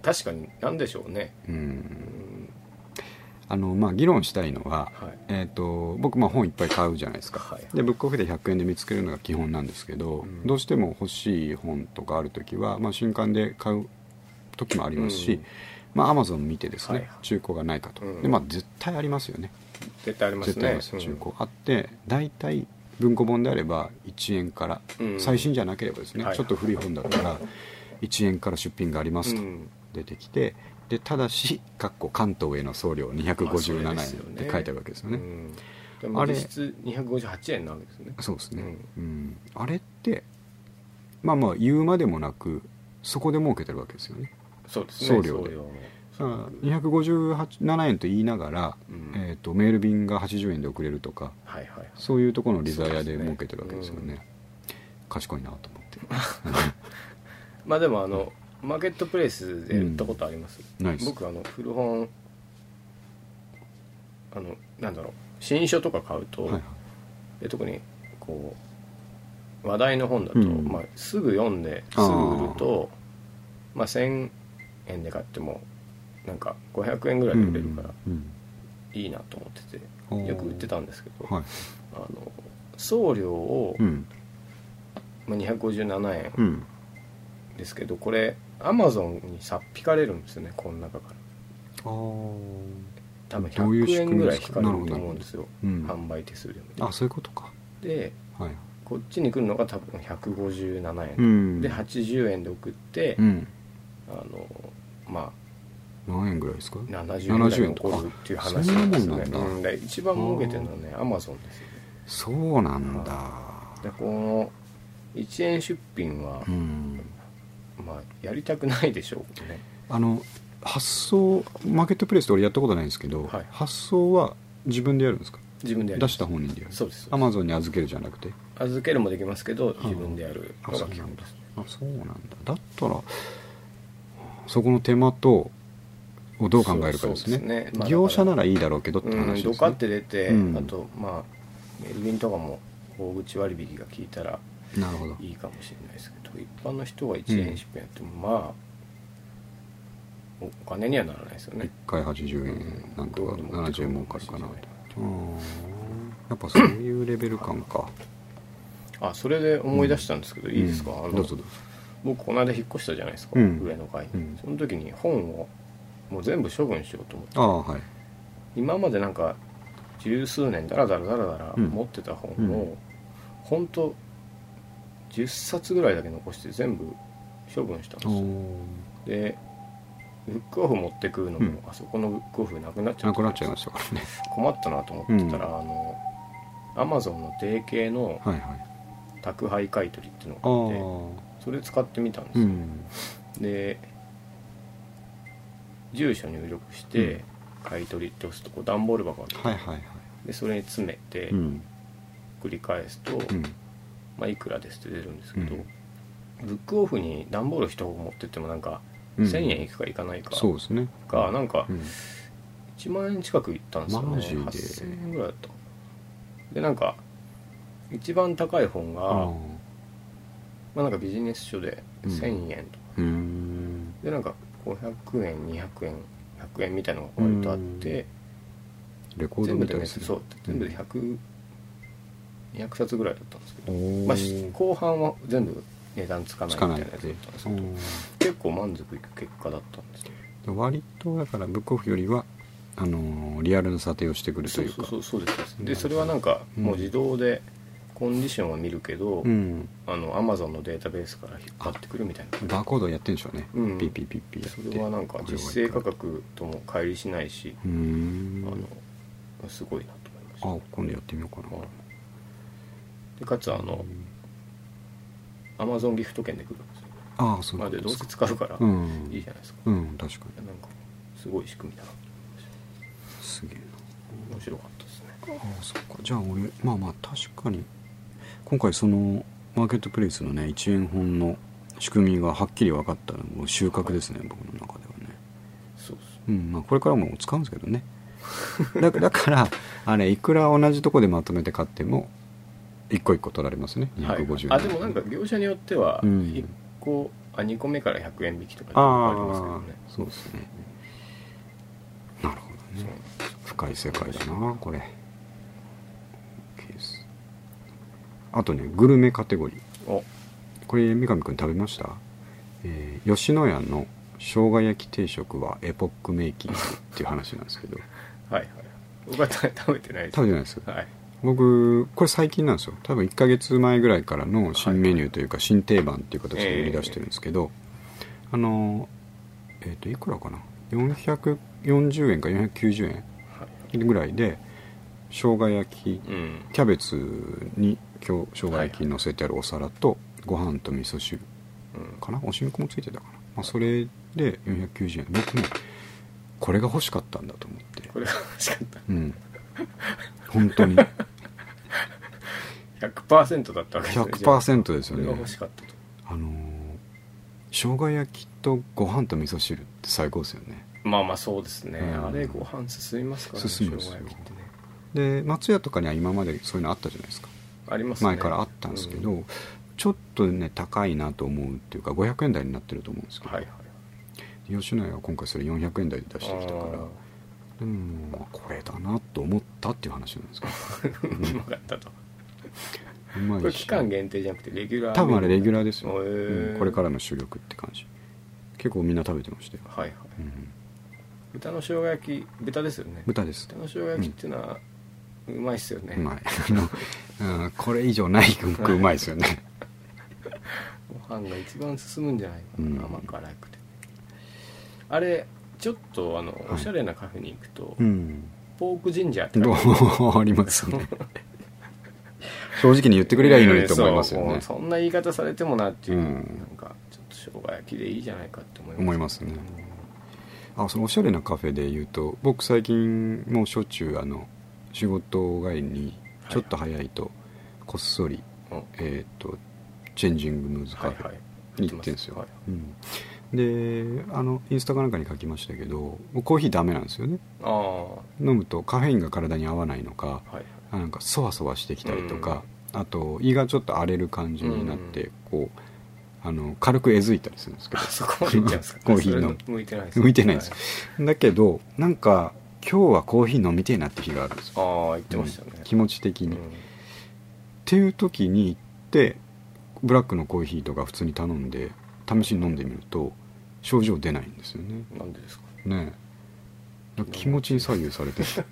Speaker 2: 確かになんでしょうね
Speaker 1: うん
Speaker 2: うん
Speaker 1: あのまあ議論したいのは、
Speaker 2: はい
Speaker 1: えー、と僕まあ本いっぱい買うじゃないですか、
Speaker 2: はい
Speaker 1: でブックオフで100円で見つけるのが基本なんですけど、
Speaker 2: うん
Speaker 1: どうしても欲しい本とかある時は、まあ、新刊で買う時もありますし、
Speaker 2: うん
Speaker 1: まあ、アマゾン見てですね、
Speaker 2: はいはい
Speaker 1: 中古がないかと、
Speaker 2: うん
Speaker 1: でまあ、絶対ありますよね
Speaker 2: 絶対あります
Speaker 1: 絶対あり
Speaker 2: ね
Speaker 1: ます中古あって大体文庫本であれば1円から、
Speaker 2: うん
Speaker 1: 最新じゃなければですね、
Speaker 2: はいはい
Speaker 1: ちょっと古い本だったら1円から出品がありま
Speaker 2: う
Speaker 1: すと
Speaker 2: ん
Speaker 1: 出てきてでただしかっこ関東への送料257円
Speaker 2: ま
Speaker 1: っ
Speaker 2: あそうですよね
Speaker 1: て書いてあるわけですよ
Speaker 2: う
Speaker 1: ね
Speaker 2: んでも
Speaker 1: あれ
Speaker 2: 実質258円なわけですね
Speaker 1: そうですね、
Speaker 2: う
Speaker 1: うんあれってまあまあ言うまでもなくそこで儲けてるわけですよね
Speaker 2: そうですね
Speaker 1: 送料で
Speaker 2: も
Speaker 1: さあ257円と言いながら、
Speaker 2: うん
Speaker 1: えー、とメール便が80円で送れるとか
Speaker 2: はいはいはい
Speaker 1: そういうところの利ざやで儲けてるわけですよ
Speaker 2: そう
Speaker 1: ね
Speaker 2: で
Speaker 1: 賢いなと思って
Speaker 2: まあでもあのマーケットプレイスで売ったことあります、
Speaker 1: うんないっす
Speaker 2: 僕あの古本あのなんだろう新書とか買うと、
Speaker 1: はいはい
Speaker 2: で特にこう話題の本だと、
Speaker 1: うん
Speaker 2: まあ、すぐ読んです
Speaker 1: あー
Speaker 2: ぐ売るとまあ、1,000円で買ってもなんか500円ぐらいで売れるから
Speaker 1: うん
Speaker 2: いいなと思ってて、
Speaker 1: うん
Speaker 2: よく売ってたんですけど、
Speaker 1: はい
Speaker 2: あの送料を、
Speaker 1: うん
Speaker 2: まあ、257円
Speaker 1: うん
Speaker 2: ですけどこれアマゾンにさっ引かれるんですよねこの中から
Speaker 1: あー
Speaker 2: 多分
Speaker 1: どういう
Speaker 2: 100
Speaker 1: 仕組
Speaker 2: 円
Speaker 1: み
Speaker 2: ぐ
Speaker 1: で
Speaker 2: らい
Speaker 1: す
Speaker 2: 引
Speaker 1: か
Speaker 2: かれると思うんですよ、
Speaker 1: うん
Speaker 2: 販売手数料
Speaker 1: あそういうことか
Speaker 2: でで
Speaker 1: はい
Speaker 2: こっちに来るのが多分157円、
Speaker 1: ん
Speaker 2: で80円で送って、
Speaker 1: うん
Speaker 2: あのま
Speaker 1: 何円ぐらいですか
Speaker 2: あ70円ぐらい残るっていう話なんですね
Speaker 1: 70円とかあそんなもんなん
Speaker 2: で一番儲けてるのはねアマゾンですよね
Speaker 1: そうなんだ
Speaker 2: でこの1円出品は、
Speaker 1: うん
Speaker 2: まあやりたくないでしょうね
Speaker 1: あの発送マーケットプレイスで俺やったことないんですけど、
Speaker 2: はい
Speaker 1: 発送は自分でやるんですか
Speaker 2: 自分でやる
Speaker 1: 出した本人でやる
Speaker 2: そうです
Speaker 1: アマゾンに預けるじゃなくて
Speaker 2: 預けるもできますけど自分でやる
Speaker 1: あ
Speaker 2: の
Speaker 1: そ
Speaker 2: が
Speaker 1: う
Speaker 2: 基
Speaker 1: な
Speaker 2: 本
Speaker 1: んだ
Speaker 2: です
Speaker 1: あそうなんだだったらそこの手間とをどう考えるかですね
Speaker 2: そうですねまあ
Speaker 1: 業者ならいいだろうけどって話
Speaker 2: う
Speaker 1: で
Speaker 2: ん
Speaker 1: すね
Speaker 2: ドカって出て、
Speaker 1: うん
Speaker 2: あとまあメルビンとかも大口割引が効いたら
Speaker 1: なるほど
Speaker 2: いいかもしれないですけど一般の人は1円出品やっても、まあおお金にはならないですよね
Speaker 1: 1回80円なんとか
Speaker 2: うんどうにも
Speaker 1: 70円儲かるかな
Speaker 2: そうですね
Speaker 1: うんやっぱそういうレベル感か
Speaker 2: あそれで思い出したんですけど、いいですか、
Speaker 1: うん
Speaker 2: あの
Speaker 1: どうぞどうぞ
Speaker 2: 僕この間引っ越したじゃないですか、
Speaker 1: うん
Speaker 2: 上の階に、
Speaker 1: うん
Speaker 2: その時に本をもう全部処分しようと思って
Speaker 1: ああはい
Speaker 2: 今までなんか十数年ダラダラダラダラ
Speaker 1: うん
Speaker 2: 持ってた本を、
Speaker 1: う
Speaker 2: ほんと10冊ぐらいだけ残して全部処分したんです
Speaker 1: お
Speaker 2: よ
Speaker 1: ー
Speaker 2: でブックオフ持ってくるのも、
Speaker 1: う
Speaker 2: あそこのブックオフなくなっちゃ
Speaker 1: な
Speaker 2: った
Speaker 1: くなっちゃいましたからね
Speaker 2: 困ったなと思ってたら、あのアマゾンの提携の
Speaker 1: はい はい
Speaker 2: 宅配買い取りっていう
Speaker 1: あ
Speaker 2: のがあっ
Speaker 1: あ
Speaker 2: てそれ使ってみたんです
Speaker 1: う
Speaker 2: よ、
Speaker 1: ん
Speaker 2: で住所入力して、
Speaker 1: うん
Speaker 2: 買い取りって押すとこう段ボール箱が出て
Speaker 1: はいはいはい
Speaker 2: でそれに詰めて
Speaker 1: うん
Speaker 2: 繰り返すと、
Speaker 1: うん
Speaker 2: まあ、いくらですって出るんですけど、
Speaker 1: うん
Speaker 2: ブックオフに段ボール1箱持ってってもなんか、
Speaker 1: うん
Speaker 2: 1000円いくかいかないか
Speaker 1: そうですね
Speaker 2: がなんか
Speaker 1: うん
Speaker 2: 1万円近くいったんですよ
Speaker 1: マ
Speaker 2: ね
Speaker 1: ジで
Speaker 2: 8000円ぐらいだったかなでなんか一番高い本が
Speaker 1: ああ
Speaker 2: まあ、なんかビジネス書で
Speaker 1: うん
Speaker 2: 1000円とか、
Speaker 1: うーん
Speaker 2: でなんか500円200円100円みたいなのが割とあって、
Speaker 1: レコード
Speaker 2: 全部
Speaker 1: み
Speaker 2: で
Speaker 1: たい
Speaker 2: ね、
Speaker 1: ですね
Speaker 2: そう全部で100200冊ぐらいだったんですけど、
Speaker 1: お
Speaker 2: まあ、
Speaker 1: ー
Speaker 2: 後半は全部値段つかない
Speaker 1: つ
Speaker 2: みた
Speaker 1: か
Speaker 2: いな
Speaker 1: ない
Speaker 2: や
Speaker 1: っ
Speaker 2: つだってたんですけど結構満足いく結果だったんですよ
Speaker 1: 割とだからブックオフよりはあのーリアルな査定をしてくると
Speaker 2: そ
Speaker 1: いうう
Speaker 2: そう
Speaker 1: か
Speaker 2: そうそうです
Speaker 1: なるほど
Speaker 2: でそれはなんか
Speaker 1: うん
Speaker 2: もう自動でコンディションは見るけど、
Speaker 1: うん
Speaker 2: あのアマゾンのデータベースから引っ張ってくるみたいな
Speaker 1: バーコードやってんでしょうね、
Speaker 2: うん
Speaker 1: ピッピッピッピやって
Speaker 2: それはなんか実勢価格とも乖離しないし、
Speaker 1: うー
Speaker 2: あ
Speaker 1: ん
Speaker 2: のすごいなと思いました
Speaker 1: あ今度やってみようかな、
Speaker 2: でかつあのアマゾンギフト券で来るんですよ
Speaker 1: ああそう
Speaker 2: ま
Speaker 1: な
Speaker 2: あ
Speaker 1: んで
Speaker 2: ですどうせ使うから
Speaker 1: うん
Speaker 2: いいじゃないですか、
Speaker 1: うん確か
Speaker 2: なんかすごい仕組みだな
Speaker 1: にすげえ
Speaker 2: 面白かったですね
Speaker 1: なああそっかじゃあ俺まあまあ確かに今回そのマーケットプレイスのね1円本の仕組みがはっきり分かったのもう収穫ですね、僕の中ではね
Speaker 2: そうそ
Speaker 1: うんまあ、これからも使うんですけどねだだからあれいくら同じとこでまとめて買っても一個一個取られますね
Speaker 2: う、はい
Speaker 1: 250円、
Speaker 2: あでもなんか業者によっては
Speaker 1: うん
Speaker 2: 1個、あ2個目から100円引きとか
Speaker 1: あ
Speaker 2: ありますけど
Speaker 1: あ
Speaker 2: ね
Speaker 1: そうですねなるほど
Speaker 2: そう
Speaker 1: ね深い世界だなこれ OK ですあとねグルメカテゴリー
Speaker 2: お
Speaker 1: これ三上君食べました、えー吉野家の生姜焼き定食はエポックメイキングっていう話なんですけど
Speaker 2: はいはい僕は食べ食べてないです
Speaker 1: 食べてないです
Speaker 2: はい
Speaker 1: 僕これ最近なんですよ多分1ヶ月前ぐらいからの新メニューというか新定番っていう形で売り出してるんですけど、あのえっ、といくらかな440円か490
Speaker 2: はい
Speaker 1: 円ぐらいで生姜焼き
Speaker 2: うん
Speaker 1: キャベツに今日生姜焼きに乗せてあるお皿とご飯と味噌汁
Speaker 2: うん
Speaker 1: かなおしんこもついてたかな、まあ、それで490円僕ねこれが欲しかったんだと思って
Speaker 2: これが欲しかっ
Speaker 1: うん本 当に
Speaker 2: た100%だったわけですねじゃあ
Speaker 1: 100%です
Speaker 2: そ
Speaker 1: よ
Speaker 2: れが
Speaker 1: ね
Speaker 2: 欲しかったと
Speaker 1: あのー生姜焼きとご飯と味噌汁って最高ですよね
Speaker 2: まあまあそうですね、
Speaker 1: うん
Speaker 2: あれご飯進みますからね
Speaker 1: 進むんですよ
Speaker 2: 生姜焼きってね
Speaker 1: で松屋とかには今までそういうのあったじゃないですか
Speaker 2: ありますね
Speaker 1: 前からあったんですけど、
Speaker 2: う
Speaker 1: ちょっとね高いなと思うっていうか500円台になってると思うんですけど、
Speaker 2: はいはい
Speaker 1: 吉野家は今回それ400円台で出してきたから
Speaker 2: あ
Speaker 1: でもまあこれだなと思ったっていう話なんですけど
Speaker 2: ー うまかったと
Speaker 1: うま
Speaker 2: これ期間限定じゃなくてレギュラー
Speaker 1: 多分あれレギュラーですよ、
Speaker 2: へー
Speaker 1: うんこれからの主力って感じ結構みんな食べてましたよ、
Speaker 2: はいはい
Speaker 1: うん、
Speaker 2: 豚の生姜焼き豚ですよね
Speaker 1: 豚です
Speaker 2: 豚の生姜焼きっていうのは、うまいっすよね
Speaker 1: うまいあの、うん、これ以上ないくうまいですよね
Speaker 2: ご飯が一番進むんじゃないか
Speaker 1: う
Speaker 2: な、
Speaker 1: ん
Speaker 2: 甘辛くてあれちょっとあの、
Speaker 1: い
Speaker 2: おしゃれなカフェに行くと、
Speaker 1: うん
Speaker 2: ポークジンジャーって
Speaker 1: どうありますね正直に言ってくれりゃいいのにと思いますよ
Speaker 2: そう
Speaker 1: ね
Speaker 2: そんな言い方されてもなっていう、
Speaker 1: うん
Speaker 2: なんかちょっと生姜焼きでいいじゃないかって思います
Speaker 1: 思いますねあそのおしゃれなカフェで言うと僕最近もうしょっちゅうあの仕事帰りにちょっと早いとこっそり、
Speaker 2: うん
Speaker 1: えっ、とチェンジングムーズカ
Speaker 2: はい
Speaker 1: フェ
Speaker 2: はい
Speaker 1: に行ってんですよ、
Speaker 2: はい
Speaker 1: うん、であのインスタかなんかに書きましたけどもうコーヒーダメなんですよね
Speaker 2: ああは
Speaker 1: 飲むとカフェインが体に合わないのか
Speaker 2: いはい
Speaker 1: あなんかそわそわしてきたりとか、あと胃がちょっと荒れる感じになって、こうあの軽くえずいたりするんですけ
Speaker 2: あそこまで行っちゃうんですか
Speaker 1: コーヒーの
Speaker 2: それ向いてないで
Speaker 1: ど
Speaker 2: す
Speaker 1: 向いてないんです
Speaker 2: は
Speaker 1: よだけどなんか今日はコーヒー飲みてえなって日があるんですよ
Speaker 2: ああ言ってましたね、
Speaker 1: 気持ち的に、っ
Speaker 2: うん
Speaker 1: ていう時に行ってブラックのコーヒーとか普通に頼んで試しに飲んでみると症状出ないんですよね
Speaker 2: なんでですか
Speaker 1: ねえだから気持ちに左右されてる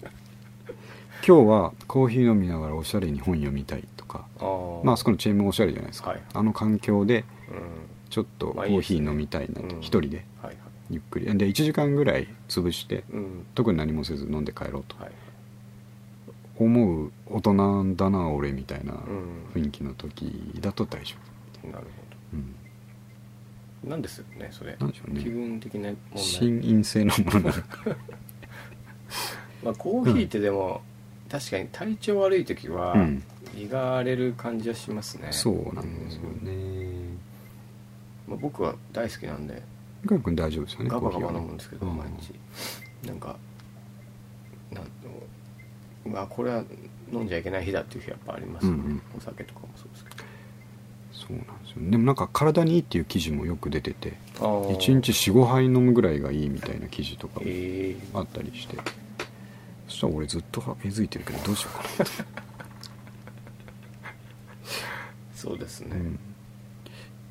Speaker 1: 今日はコーヒー飲みながらおしゃれに本読みたいとか
Speaker 2: ああ
Speaker 1: まああそこのチェーンもおしゃれじゃないですか、
Speaker 2: はい
Speaker 1: あの環境で
Speaker 2: うん
Speaker 1: ちょっとコ
Speaker 2: まあいい
Speaker 1: ー
Speaker 2: で
Speaker 1: ヒ
Speaker 2: すね
Speaker 1: ー飲みたいなと
Speaker 2: うん
Speaker 1: 一人で
Speaker 2: はいはい
Speaker 1: ゆっくりで1時間ぐらい潰して
Speaker 2: うん
Speaker 1: 特に何もせず飲んで帰ろうと
Speaker 2: はい
Speaker 1: 思う大人だな俺みたいな
Speaker 2: うん
Speaker 1: 雰囲気の時だと大丈
Speaker 2: なる
Speaker 1: 夫、うん、
Speaker 2: ほどなんですよねそれ
Speaker 1: なんでしょうね
Speaker 2: 気分的な問題
Speaker 1: 心因性のものなのか
Speaker 2: まあコーヒーってでも、確かに体調悪い時は、
Speaker 1: うん
Speaker 2: 胃が荒れる感じはしますね
Speaker 1: そうなんですよね
Speaker 2: まあ、僕は大好きなんで
Speaker 1: ガ君大丈夫ですよね
Speaker 2: ガバガ
Speaker 1: コー
Speaker 2: バ
Speaker 1: ヒーは
Speaker 2: 飲
Speaker 1: ね
Speaker 2: むんですけど
Speaker 1: うん
Speaker 2: 毎日なんかなんまあこれは飲んじゃいけない日だっていう日はやっぱありますよね、
Speaker 1: うんうん
Speaker 2: お酒とかもそうですけど
Speaker 1: そうなんですよねでもなんか体にいいっていう記事もよく出てて
Speaker 2: あー
Speaker 1: 1日45杯飲むぐらいがいいみたいな記事とかも
Speaker 2: え
Speaker 1: あったりしてそしたら俺ずっとえずいてるけどどうしようかなって、
Speaker 2: ーそうです ね、
Speaker 1: うん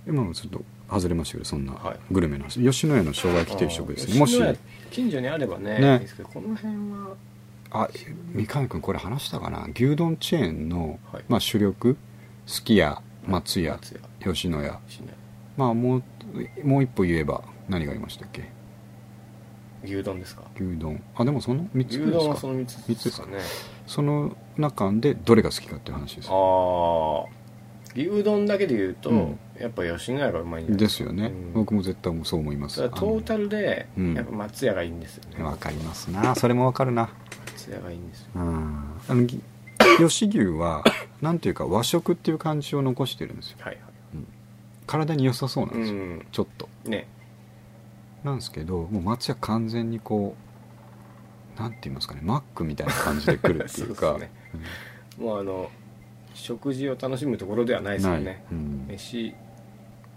Speaker 1: 今のちょっと外れましたけどそんな
Speaker 2: はい
Speaker 1: グルメの話、吉野家の生姜焼き定食ですね
Speaker 2: あー
Speaker 1: もし
Speaker 2: 吉野家近所にあればね
Speaker 1: ね
Speaker 2: いいですけどこの辺は
Speaker 1: あ三上君これ話したかな牛丼チェーンの、
Speaker 2: はい
Speaker 1: まあ、主力すき家松屋
Speaker 2: 松屋
Speaker 1: 吉野家
Speaker 2: しない
Speaker 1: まあもうもう一歩言えば何がありましたっけ
Speaker 2: 牛丼ですか
Speaker 1: 牛丼あでもその3つ
Speaker 2: 牛
Speaker 1: ぐらい
Speaker 2: 丼
Speaker 1: で
Speaker 2: は
Speaker 1: す
Speaker 2: そ
Speaker 1: か
Speaker 2: の3つ
Speaker 1: 三つ
Speaker 2: で
Speaker 1: ですす
Speaker 2: か
Speaker 1: か
Speaker 2: ね
Speaker 1: その中でどれが好きかっていう話です
Speaker 2: ああ牛丼だけで言うと、
Speaker 1: うん
Speaker 2: やっぱ吉野家がうまいんじゃない
Speaker 1: ですよね、
Speaker 2: うん
Speaker 1: 僕も絶対もうそう思います
Speaker 2: ただトータルで
Speaker 1: うん
Speaker 2: やっぱ松屋がいいんですよね、
Speaker 1: あのわかりますなそれもわかるな
Speaker 2: 松屋がいいんですよ
Speaker 1: うんあのぎ吉牛 はなんていうか和食っていう感じを残してるんですよ
Speaker 2: はい
Speaker 1: 体に良さそうな
Speaker 2: は
Speaker 1: ん
Speaker 2: い
Speaker 1: ですよ、
Speaker 2: ん
Speaker 1: ちょっと
Speaker 2: ね
Speaker 1: なんですけどもう松屋完全にこうなんて言いますかねマックみたいな感じで来るっていうか
Speaker 2: そうですねもうあの食事を楽しむところではない
Speaker 1: うん
Speaker 2: ですよ
Speaker 1: ない
Speaker 2: ね、
Speaker 1: うん
Speaker 2: 飯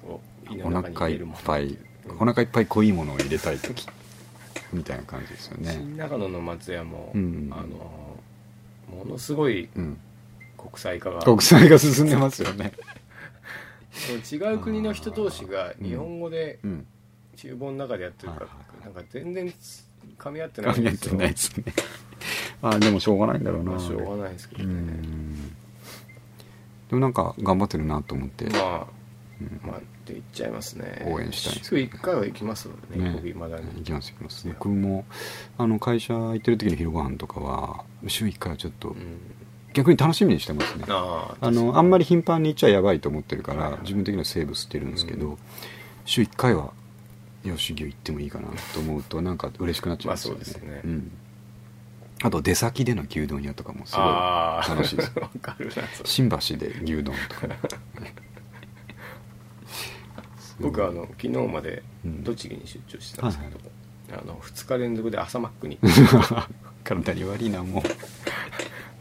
Speaker 2: を胃
Speaker 1: お
Speaker 2: の中に
Speaker 1: 腹
Speaker 2: 入
Speaker 1: いっ
Speaker 2: れるもの
Speaker 1: ぱい
Speaker 2: うん
Speaker 1: お腹いっぱい濃いものを入れたい時みたいな感じですよね
Speaker 2: 新長野の松屋も、
Speaker 1: うん
Speaker 2: あのものすごい
Speaker 1: うん
Speaker 2: 国際化が
Speaker 1: 国際が進んでますよね
Speaker 2: 違う国の人同士が
Speaker 1: うん
Speaker 2: 日本語で
Speaker 1: うん
Speaker 2: 厨房の中でやってるから、
Speaker 1: はいはいはい
Speaker 2: なんか全然噛み合ってない
Speaker 1: 噛
Speaker 2: ん
Speaker 1: み合
Speaker 2: で
Speaker 1: っ
Speaker 2: す
Speaker 1: て
Speaker 2: よ
Speaker 1: ないですね あでもしょうがないんだろうな
Speaker 2: まあしょうがないですけど
Speaker 1: う
Speaker 2: ね
Speaker 1: んでもなんか頑張ってるなと思って、
Speaker 2: まあ
Speaker 1: うん
Speaker 2: まあって言っちゃいますね
Speaker 1: 応援したいです
Speaker 2: 週1回は行きますのでね
Speaker 1: ね
Speaker 2: 僕いまだ
Speaker 1: 行
Speaker 2: に
Speaker 1: きます行きます僕もあの会社行ってる時の昼ご飯とかは週1回はちょっ
Speaker 2: う
Speaker 1: と
Speaker 2: ん
Speaker 1: 逆に楽しみにしてますね
Speaker 2: ああ
Speaker 1: あのあん
Speaker 2: ま
Speaker 1: まり頻繁に行っちゃやばいと思ってるか
Speaker 2: はいは
Speaker 1: ら
Speaker 2: い
Speaker 1: 自分的にはセーブしてるんですけ
Speaker 2: う
Speaker 1: ど週1回は吉牛行ってもいいかなと思うとなんか嬉しくなっちゃいますよね,、
Speaker 2: まあそうですね
Speaker 1: ん、あと出先での牛丼屋とかもすごい
Speaker 2: ああ
Speaker 1: 楽しいです
Speaker 2: ー わかるなそれ
Speaker 1: 新橋で牛丼と かね
Speaker 2: 僕あの昨日まで
Speaker 1: うん
Speaker 2: 栃木に出張してたんですけど、あの2日連続で朝マックに
Speaker 1: 体に悪いなもう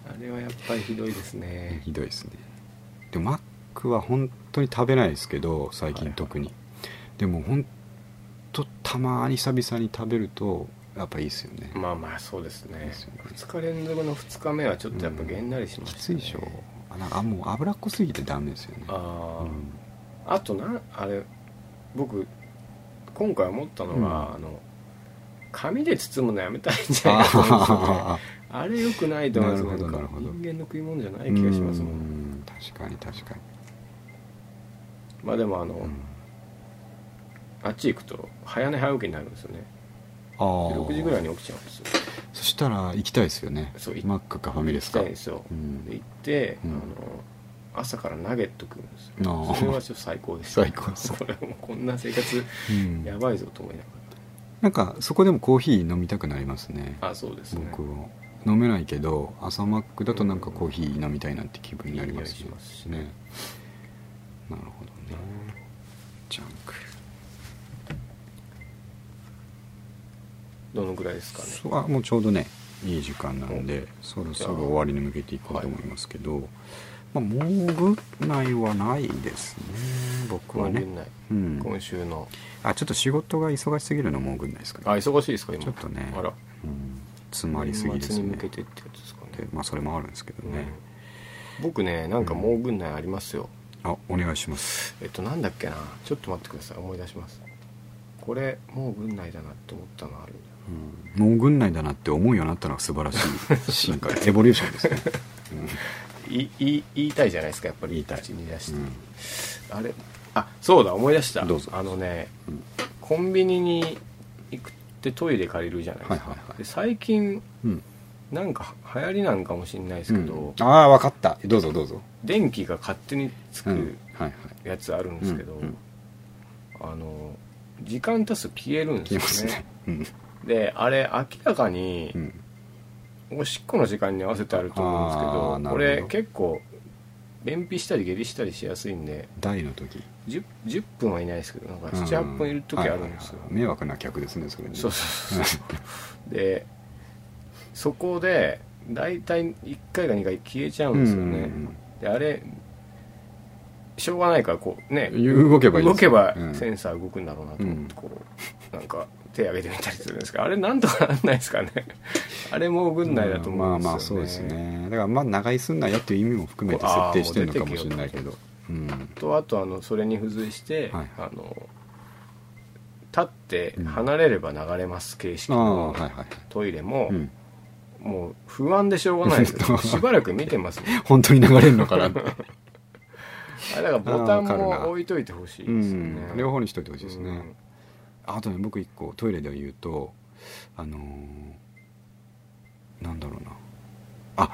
Speaker 2: あれはやっぱりひどいですね
Speaker 1: ひどいですねでもマックは本当に食べないですけど最
Speaker 2: はい
Speaker 1: 近
Speaker 2: はい
Speaker 1: 特に、でも本当たまに久々に食べるとやっぱいいですよね、
Speaker 2: まあまあそうですね
Speaker 1: ですよね
Speaker 2: 2日連続の2日目はちょっとやっぱげんなりしま
Speaker 1: き
Speaker 2: し
Speaker 1: つ
Speaker 2: た、
Speaker 1: い
Speaker 2: ね
Speaker 1: でしょあなんかあもう脂っこすぎてダメですよね
Speaker 2: ああ、
Speaker 1: うん
Speaker 2: あとなあれ僕今回思ったのが、
Speaker 1: うん
Speaker 2: あの紙で包むのやめたいんじゃないかと思うんです よね
Speaker 1: あ
Speaker 2: あれよくないと思います
Speaker 1: なるほど
Speaker 2: な
Speaker 1: な
Speaker 2: ん
Speaker 1: る
Speaker 2: か
Speaker 1: ほど
Speaker 2: 人間の食い物じゃな
Speaker 1: ー
Speaker 2: い気がしますも
Speaker 1: う
Speaker 2: ん
Speaker 1: ん確かに確かに、
Speaker 2: まあでもあの、
Speaker 1: うん
Speaker 2: あっち行くと早寝早起きになるんですよね
Speaker 1: あ
Speaker 2: 6時ぐらい
Speaker 1: に
Speaker 2: に起きちゃうんですよ
Speaker 1: そしたら行きたいですよね
Speaker 2: そうい
Speaker 1: マックかファミレス
Speaker 2: 行き
Speaker 1: か
Speaker 2: たいんですよ、
Speaker 1: うん
Speaker 2: で行って、
Speaker 1: うん
Speaker 2: あの朝からナゲット食うんですよ
Speaker 1: あー
Speaker 2: それはちょっと最高です
Speaker 1: 最高です
Speaker 2: これもうこんな生活
Speaker 1: うん
Speaker 2: やばいぞと思いなが
Speaker 1: なんかそこでもコーヒー飲みたくなりますね
Speaker 2: らあそうですね
Speaker 1: 僕も飲めないけど朝マックだとなんかコーヒー飲みたいなって気分になりま
Speaker 2: いい
Speaker 1: す
Speaker 2: 匂いしますしね
Speaker 1: ねなるほどねジャンク
Speaker 2: どのぐらいですかね
Speaker 1: そうあもうちょうどねいい時間なんでそろそろ終わりに向けていこうと思いますけど、まあもうぐらいはないですね僕は
Speaker 2: もう
Speaker 1: ね
Speaker 2: ぐんない
Speaker 1: うん
Speaker 2: 今週の
Speaker 1: あちょっと仕事が忙しすぎるのもうぐんないですかね
Speaker 2: あ忙しいですか今
Speaker 1: ちょっとね
Speaker 2: あら
Speaker 1: うん詰まりすぎです
Speaker 2: 年末に
Speaker 1: ね
Speaker 2: 向けてってやつですか
Speaker 1: で
Speaker 2: ね
Speaker 1: まあそれもあるんですけどね、
Speaker 2: うん僕ねなんかもうぐんないありますよ、
Speaker 1: あお願いします
Speaker 2: えっとなんだっけなちょっと待ってください思い出しますこれもうぐんないだなって思ったのあるんだよ
Speaker 1: もう軍内だなって思うようになったのが素晴らし い進化エボリューションですね、
Speaker 2: いい言いたいじゃないですかやっぱり
Speaker 1: 言いたい
Speaker 2: 口に出し
Speaker 1: う
Speaker 2: て、
Speaker 1: ん
Speaker 2: あれあそうだ思い出した
Speaker 1: どうぞ
Speaker 2: あのね、
Speaker 1: うん
Speaker 2: コンビニに行くってトイレ借りるじゃないですか、
Speaker 1: はいはいはい
Speaker 2: で最近
Speaker 1: うん
Speaker 2: なんか流行りなんかもしれないですけど、
Speaker 1: うんああ分かったどうぞどうぞ、
Speaker 2: 電気が勝手につ
Speaker 1: うん
Speaker 2: く
Speaker 1: はいはい
Speaker 2: やつあるんですけど、
Speaker 1: うんうん
Speaker 2: あの時間経つと消えるん
Speaker 1: 消え
Speaker 2: で
Speaker 1: ますす
Speaker 2: よね
Speaker 1: ねうん
Speaker 2: であれ明らかに
Speaker 1: うん
Speaker 2: おしっこの時間に合わせてあると思うんですけ
Speaker 1: あ
Speaker 2: ど
Speaker 1: ーなる
Speaker 2: こ
Speaker 1: ほど
Speaker 2: れ結構便秘したり下痢したりしやすいんで
Speaker 1: 大の時
Speaker 2: 10, 10分はいないですけどなんか78分いる時あるんですよ、
Speaker 1: はいはいはい迷惑な客ですねそれね
Speaker 2: そうそうそうでそこで大体1回か2回消えちゃうんですよね、
Speaker 1: うんうん
Speaker 2: であれしょうがないからこうね
Speaker 1: 動けばいい
Speaker 2: 動けば
Speaker 1: うん
Speaker 2: センサー動くんだろうなと思って
Speaker 1: うん
Speaker 2: こうなんか手挙げてみたりするんですけどあれなんとかなんないですかね あれも軍内だと思うんですよね、
Speaker 1: まあまあそうですねだからまあ長居すんなよっていう意味も含めて設定してるのかもしれないけ
Speaker 2: あ
Speaker 1: どうん
Speaker 2: とあとあのそれに付随して、
Speaker 1: はい
Speaker 2: あの立って
Speaker 1: うん
Speaker 2: 離れれば流れます形
Speaker 1: あ
Speaker 2: 式
Speaker 1: あ
Speaker 2: の
Speaker 1: はいはいはい
Speaker 2: トイレも、
Speaker 1: うん
Speaker 2: もう不安でしょうが ないですよしばらく見てますもん
Speaker 1: 本当に流れるのか なって
Speaker 2: あだからボタン
Speaker 1: あーわかるな
Speaker 2: も置いといてほしいですよね、
Speaker 1: うん両方にしといてほしいですね、
Speaker 2: うん
Speaker 1: あとね僕一個トイレで言うとあのーなんだろうなあ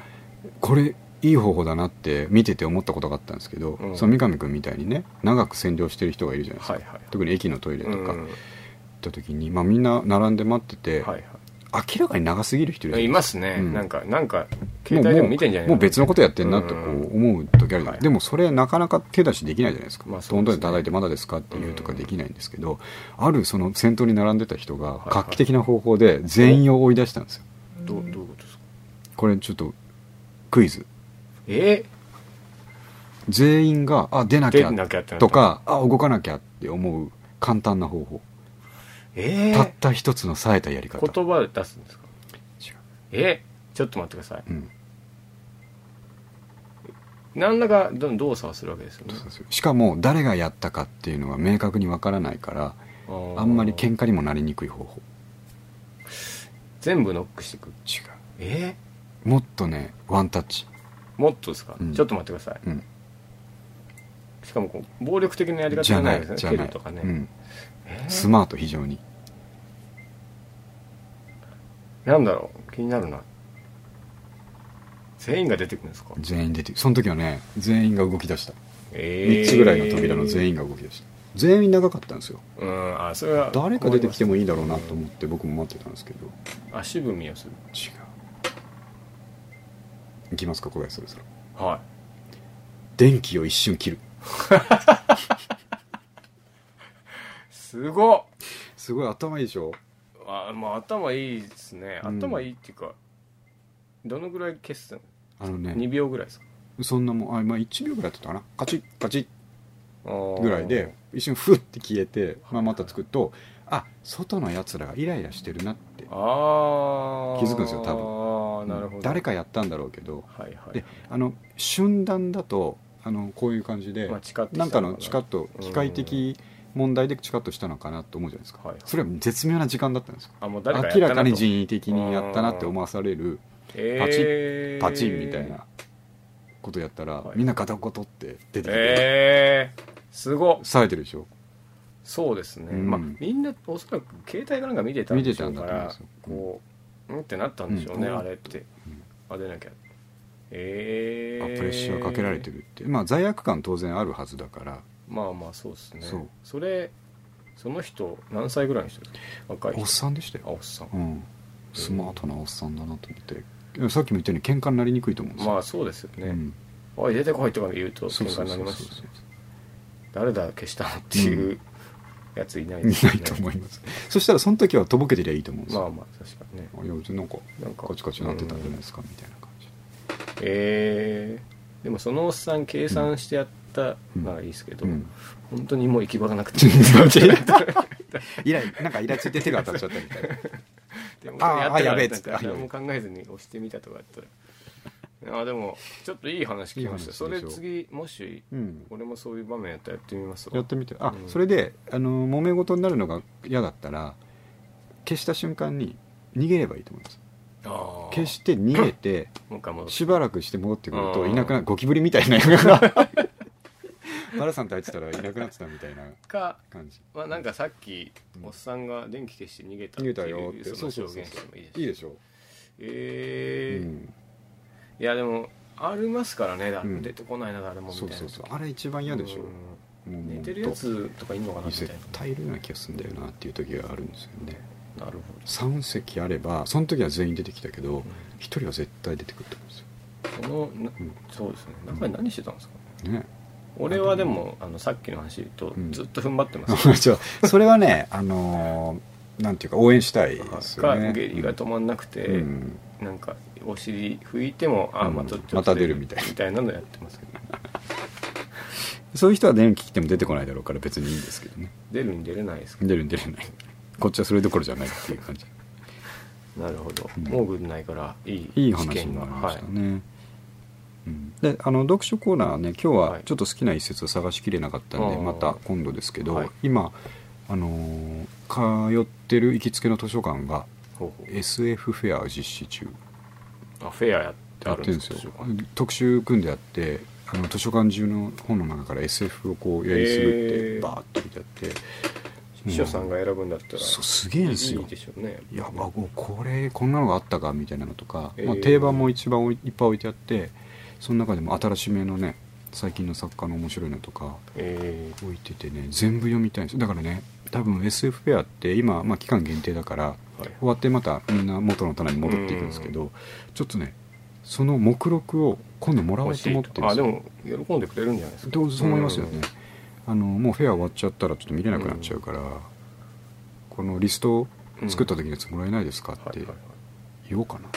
Speaker 1: これいい方法だなって見てて思ったことがあったんですけど、
Speaker 2: うん
Speaker 1: その三上君みたいにね長く占領してる人がいるじゃないですか、
Speaker 2: はいはい
Speaker 1: 特に駅のトイレとか
Speaker 2: う
Speaker 1: 行
Speaker 2: ん
Speaker 1: っ
Speaker 2: は
Speaker 1: た時に、まあ、みんな並んで待ってて、
Speaker 2: いはい
Speaker 1: 明らかに長すぎる人いるじゃない
Speaker 2: い
Speaker 1: ですか
Speaker 2: ますね、
Speaker 1: うん
Speaker 2: なんかなんか携帯でも見てんじゃない
Speaker 1: もうもう別のことやってんなってこ
Speaker 2: うん
Speaker 1: う思う時あるじゃ
Speaker 2: は
Speaker 1: ないいでもそれなかなか手出しできないじゃないですか、
Speaker 2: まあそう
Speaker 1: ど
Speaker 2: ですね
Speaker 1: んどん叩いてまだですかって言うとかできないんですけど、あるその先頭に並んでた人が
Speaker 2: い
Speaker 1: 画期的な方法で全員を追い出したんですよ
Speaker 2: どうどういうことですか
Speaker 1: これちょっとクイズ
Speaker 2: え
Speaker 1: 全員があ出な
Speaker 2: ー、
Speaker 1: き
Speaker 2: 出
Speaker 1: ゃ
Speaker 2: なきゃってなった
Speaker 1: とかあ動かなきゃって思う簡単な方法
Speaker 2: え
Speaker 1: たっ
Speaker 2: ー、
Speaker 1: た一つの冴えたやり方
Speaker 2: 言葉で出すんですか
Speaker 1: 違う
Speaker 2: えー、ちょっと待ってください
Speaker 1: うん
Speaker 2: 何らかど動作をするわけですよね
Speaker 1: そうそうしかも誰がやったかっていうのが明確にわからないから
Speaker 2: ー
Speaker 1: あんまり喧嘩にもなりにくい方法
Speaker 2: 全部ノックしていく
Speaker 1: 違う
Speaker 2: え
Speaker 1: もっとねワンタッチ
Speaker 2: ー、もっとですか、
Speaker 1: うん
Speaker 2: ちょっと待ってください
Speaker 1: うん
Speaker 2: しかもこう暴力的なやり方じ
Speaker 1: じ
Speaker 2: ゃ
Speaker 1: ゃ
Speaker 2: な
Speaker 1: ないい
Speaker 2: ですね
Speaker 1: じゃな
Speaker 2: 蹴
Speaker 1: い
Speaker 2: るとかね、
Speaker 1: うん
Speaker 2: えー
Speaker 1: スマート非常に
Speaker 2: なんだろう気になるな全員が出てくるんですか
Speaker 1: 全員出てその時はね全員が動き出した
Speaker 2: え
Speaker 1: 3つぐらいの扉の全員が動き出した全員長かったんですよ
Speaker 2: うんあそれは
Speaker 1: 誰か出てきてもいいだろうな
Speaker 2: 困
Speaker 1: と
Speaker 2: りま
Speaker 1: 思って僕も待ってたんですけど違う
Speaker 2: す足踏みをする
Speaker 1: いきますか小林そろそろ
Speaker 2: は
Speaker 1: 電気を一瞬切る
Speaker 2: いすごっ
Speaker 1: すごい頭いいでしょ
Speaker 2: あまあ頭いいですね
Speaker 1: うん
Speaker 2: 頭いいっていうか、どのぐらい消すの
Speaker 1: あのね
Speaker 2: 2秒ぐらいですか
Speaker 1: そんなもんあ、まあ、1秒ぐらいやってたかなカチッカチッ
Speaker 2: ぐ
Speaker 1: ぐらいで一瞬フッて消えて、まあ、また作るとあ外のやつらがイライラしてるなって
Speaker 2: ああ
Speaker 1: 気づくんですよ多
Speaker 2: 分ああなるほど
Speaker 1: 誰かやったんだろうけど
Speaker 2: はいはい
Speaker 1: であの瞬間だとあのこういう感じで、
Speaker 2: まあ、誓ってきた
Speaker 1: なんかのチカッと機械的問題でチカッとしたのかなと思うじゃないですか、
Speaker 2: はいはい
Speaker 1: それは絶妙な時間だったんですよ
Speaker 2: あもう誰か
Speaker 1: 明
Speaker 2: や
Speaker 1: ら
Speaker 2: ったなと
Speaker 1: かに人為的にやったなって思わされるパチッ
Speaker 2: えー
Speaker 1: パチンみたいなことやったら、
Speaker 2: はい
Speaker 1: みんなガタゴトって出てきて、
Speaker 2: えー、すごっ
Speaker 1: 冴えてるでしょ
Speaker 2: そうですね、
Speaker 1: うん
Speaker 2: まあみんなおそらく携帯かなんか見てたん
Speaker 1: 見
Speaker 2: で
Speaker 1: て
Speaker 2: しょ
Speaker 1: た
Speaker 2: うん
Speaker 1: だ
Speaker 2: か
Speaker 1: と思い
Speaker 2: ら
Speaker 1: ますよ
Speaker 2: こううんってなったんでしょうね、
Speaker 1: うん
Speaker 2: あれって、
Speaker 1: うん
Speaker 2: あ出なきゃえ
Speaker 1: あ
Speaker 2: えー、
Speaker 1: プレッシャーかけられてるって、まあ、罪悪感当然あるはずだから
Speaker 2: まあまあそうですね
Speaker 1: そう
Speaker 2: それその人何歳ぐらいの人ですか若い人
Speaker 1: おっさんでしたよ
Speaker 2: あおっさん
Speaker 1: うんスマートなおっさんだなと思っていやさっきも言ったように喧嘩になりにくいと思うんですよ、
Speaker 2: まあそうですよね、
Speaker 1: うん、
Speaker 2: おい出てこいとか言うと喧嘩になりますしね誰だ消したのっていうやついない
Speaker 1: い
Speaker 2: ですよ
Speaker 1: な
Speaker 2: ね
Speaker 1: いと思いますそしたらその時はとぼけてりゃいいと思うんです
Speaker 2: まあ
Speaker 1: よ、
Speaker 2: まあ確かにね
Speaker 1: いやうちなんか
Speaker 2: なんか
Speaker 1: カチカチなってたんじゃないですかみたいな感じ
Speaker 2: えーでもそのおっさん計算してやったならいいですけど、
Speaker 1: うん
Speaker 2: 本当にもう行き場がな くて
Speaker 1: イライなんかイラついて手が当たっちゃったみたいな
Speaker 2: でも
Speaker 1: あー
Speaker 2: やった
Speaker 1: あや
Speaker 2: ら
Speaker 1: べえっ
Speaker 2: な
Speaker 1: つ
Speaker 2: ん
Speaker 1: って
Speaker 2: か何も考えずに押してみたとかやったらあーでもちょっといい話聞きました
Speaker 1: いい話でし
Speaker 2: そ
Speaker 1: ょ
Speaker 2: れ次もし
Speaker 1: うん
Speaker 2: 俺もそういう場面やったらやってみますわ
Speaker 1: やってみてあ、
Speaker 2: うん
Speaker 1: それであの揉め事になるのが嫌だったら消した瞬間に逃げればいいと思います
Speaker 2: あー
Speaker 1: 消して逃げて
Speaker 2: もう一回戻
Speaker 1: しばらくして戻ってくると
Speaker 2: うん
Speaker 1: いなくなるゴキブリみたいなのが原さんとあいつたらいなくなってたみたいな
Speaker 2: すか
Speaker 1: 感じ
Speaker 2: まあなんかさっき
Speaker 1: うん
Speaker 2: おっさんが電気消して逃げた
Speaker 1: 逃げたよって
Speaker 2: その証
Speaker 1: そう
Speaker 2: 言
Speaker 1: そう
Speaker 2: し
Speaker 1: そう
Speaker 2: てもいいです
Speaker 1: いいでしょう、
Speaker 2: ええ
Speaker 1: ん、
Speaker 2: いやでもありますからねだ
Speaker 1: うん
Speaker 2: 出てこないな誰もみた
Speaker 1: そ
Speaker 2: いな
Speaker 1: うそうそうあれ一番嫌でしょ、
Speaker 2: うん
Speaker 1: もう
Speaker 2: 寝てるやつとかいんのかなみたい
Speaker 1: 絶対いるような気がするんだよなっていう時があるんですよね
Speaker 2: ななるほ
Speaker 1: 3席あればその時は全員出てきたけど
Speaker 2: ど
Speaker 1: 1人は絶対出てくると思うんですよ
Speaker 2: そのな
Speaker 1: うん
Speaker 2: そうですね中で何してたんですかね
Speaker 1: ね
Speaker 2: 俺はでもあのさっきの話と
Speaker 1: うん
Speaker 2: ずっと踏ん張ってます
Speaker 1: ちょそれはねあのーなんていうか応援したいですよ
Speaker 2: が
Speaker 1: ね
Speaker 2: 下痢が止まんなく
Speaker 1: う
Speaker 2: て
Speaker 1: ん
Speaker 2: なんかお尻拭いてもあ
Speaker 1: うん
Speaker 2: またちょっと
Speaker 1: また出るみたいな
Speaker 2: みたいなのやってますけど
Speaker 1: そういう人は電気来ても出てこないだろうから別にいいんですけどね
Speaker 2: 出るに出れないですか
Speaker 1: 出るん出れない こっちはそれどころじゃないっていう 感じ
Speaker 2: なるほど
Speaker 1: うん
Speaker 2: もうぐんないからいい
Speaker 1: いい
Speaker 2: 試
Speaker 1: 話
Speaker 2: 験
Speaker 1: に
Speaker 2: が
Speaker 1: なりました
Speaker 2: はい
Speaker 1: ね、うんであの読書コーナーね今日ははいちょっと好きな一節を探しきれなかったんで、
Speaker 2: あー
Speaker 1: また今度ですけど、
Speaker 2: はい
Speaker 1: 今あのー通ってる行きつけの図書館が
Speaker 2: ほうほう
Speaker 1: SF フェア実施中
Speaker 2: あフェアやって
Speaker 1: や
Speaker 2: あ
Speaker 1: って
Speaker 2: るん
Speaker 1: るん
Speaker 2: で
Speaker 1: ですすよ
Speaker 2: か
Speaker 1: 特集組んでやってあの図書館中の本の中から SF をこうやりすぐって
Speaker 2: へー
Speaker 1: バーッと置いてやって、
Speaker 2: 秘書さんが選ぶんだったら
Speaker 1: そうすげえんですよ
Speaker 2: いいでしょうね
Speaker 1: いやまあこうこれこんなのがあったかみたいなのとか、
Speaker 2: えー
Speaker 1: まあ、定番も一番おいいっぱい置いてあってその中でも新しめのね最近の作家の面白いのとか
Speaker 2: え
Speaker 1: 置いててね全部読みたいんですよだからね多分 SF フェアって今、まあ、期間限定だから
Speaker 2: ーはい
Speaker 1: 終わってまたみんな元の棚に戻っていくんですけどちょっとねその目録を今度もらおうと思ってるん
Speaker 2: あ
Speaker 1: です
Speaker 2: で
Speaker 1: よ
Speaker 2: も喜んでくれるんじゃないですか
Speaker 1: どうそう思いますよね、あのもうフェア終わっちゃったらちょっと見れなくなっちゃうから、このリストを作った時のやつもらえないですか
Speaker 2: うんは
Speaker 1: っ
Speaker 2: い
Speaker 1: て
Speaker 2: はい
Speaker 1: 言おうかな、
Speaker 2: はい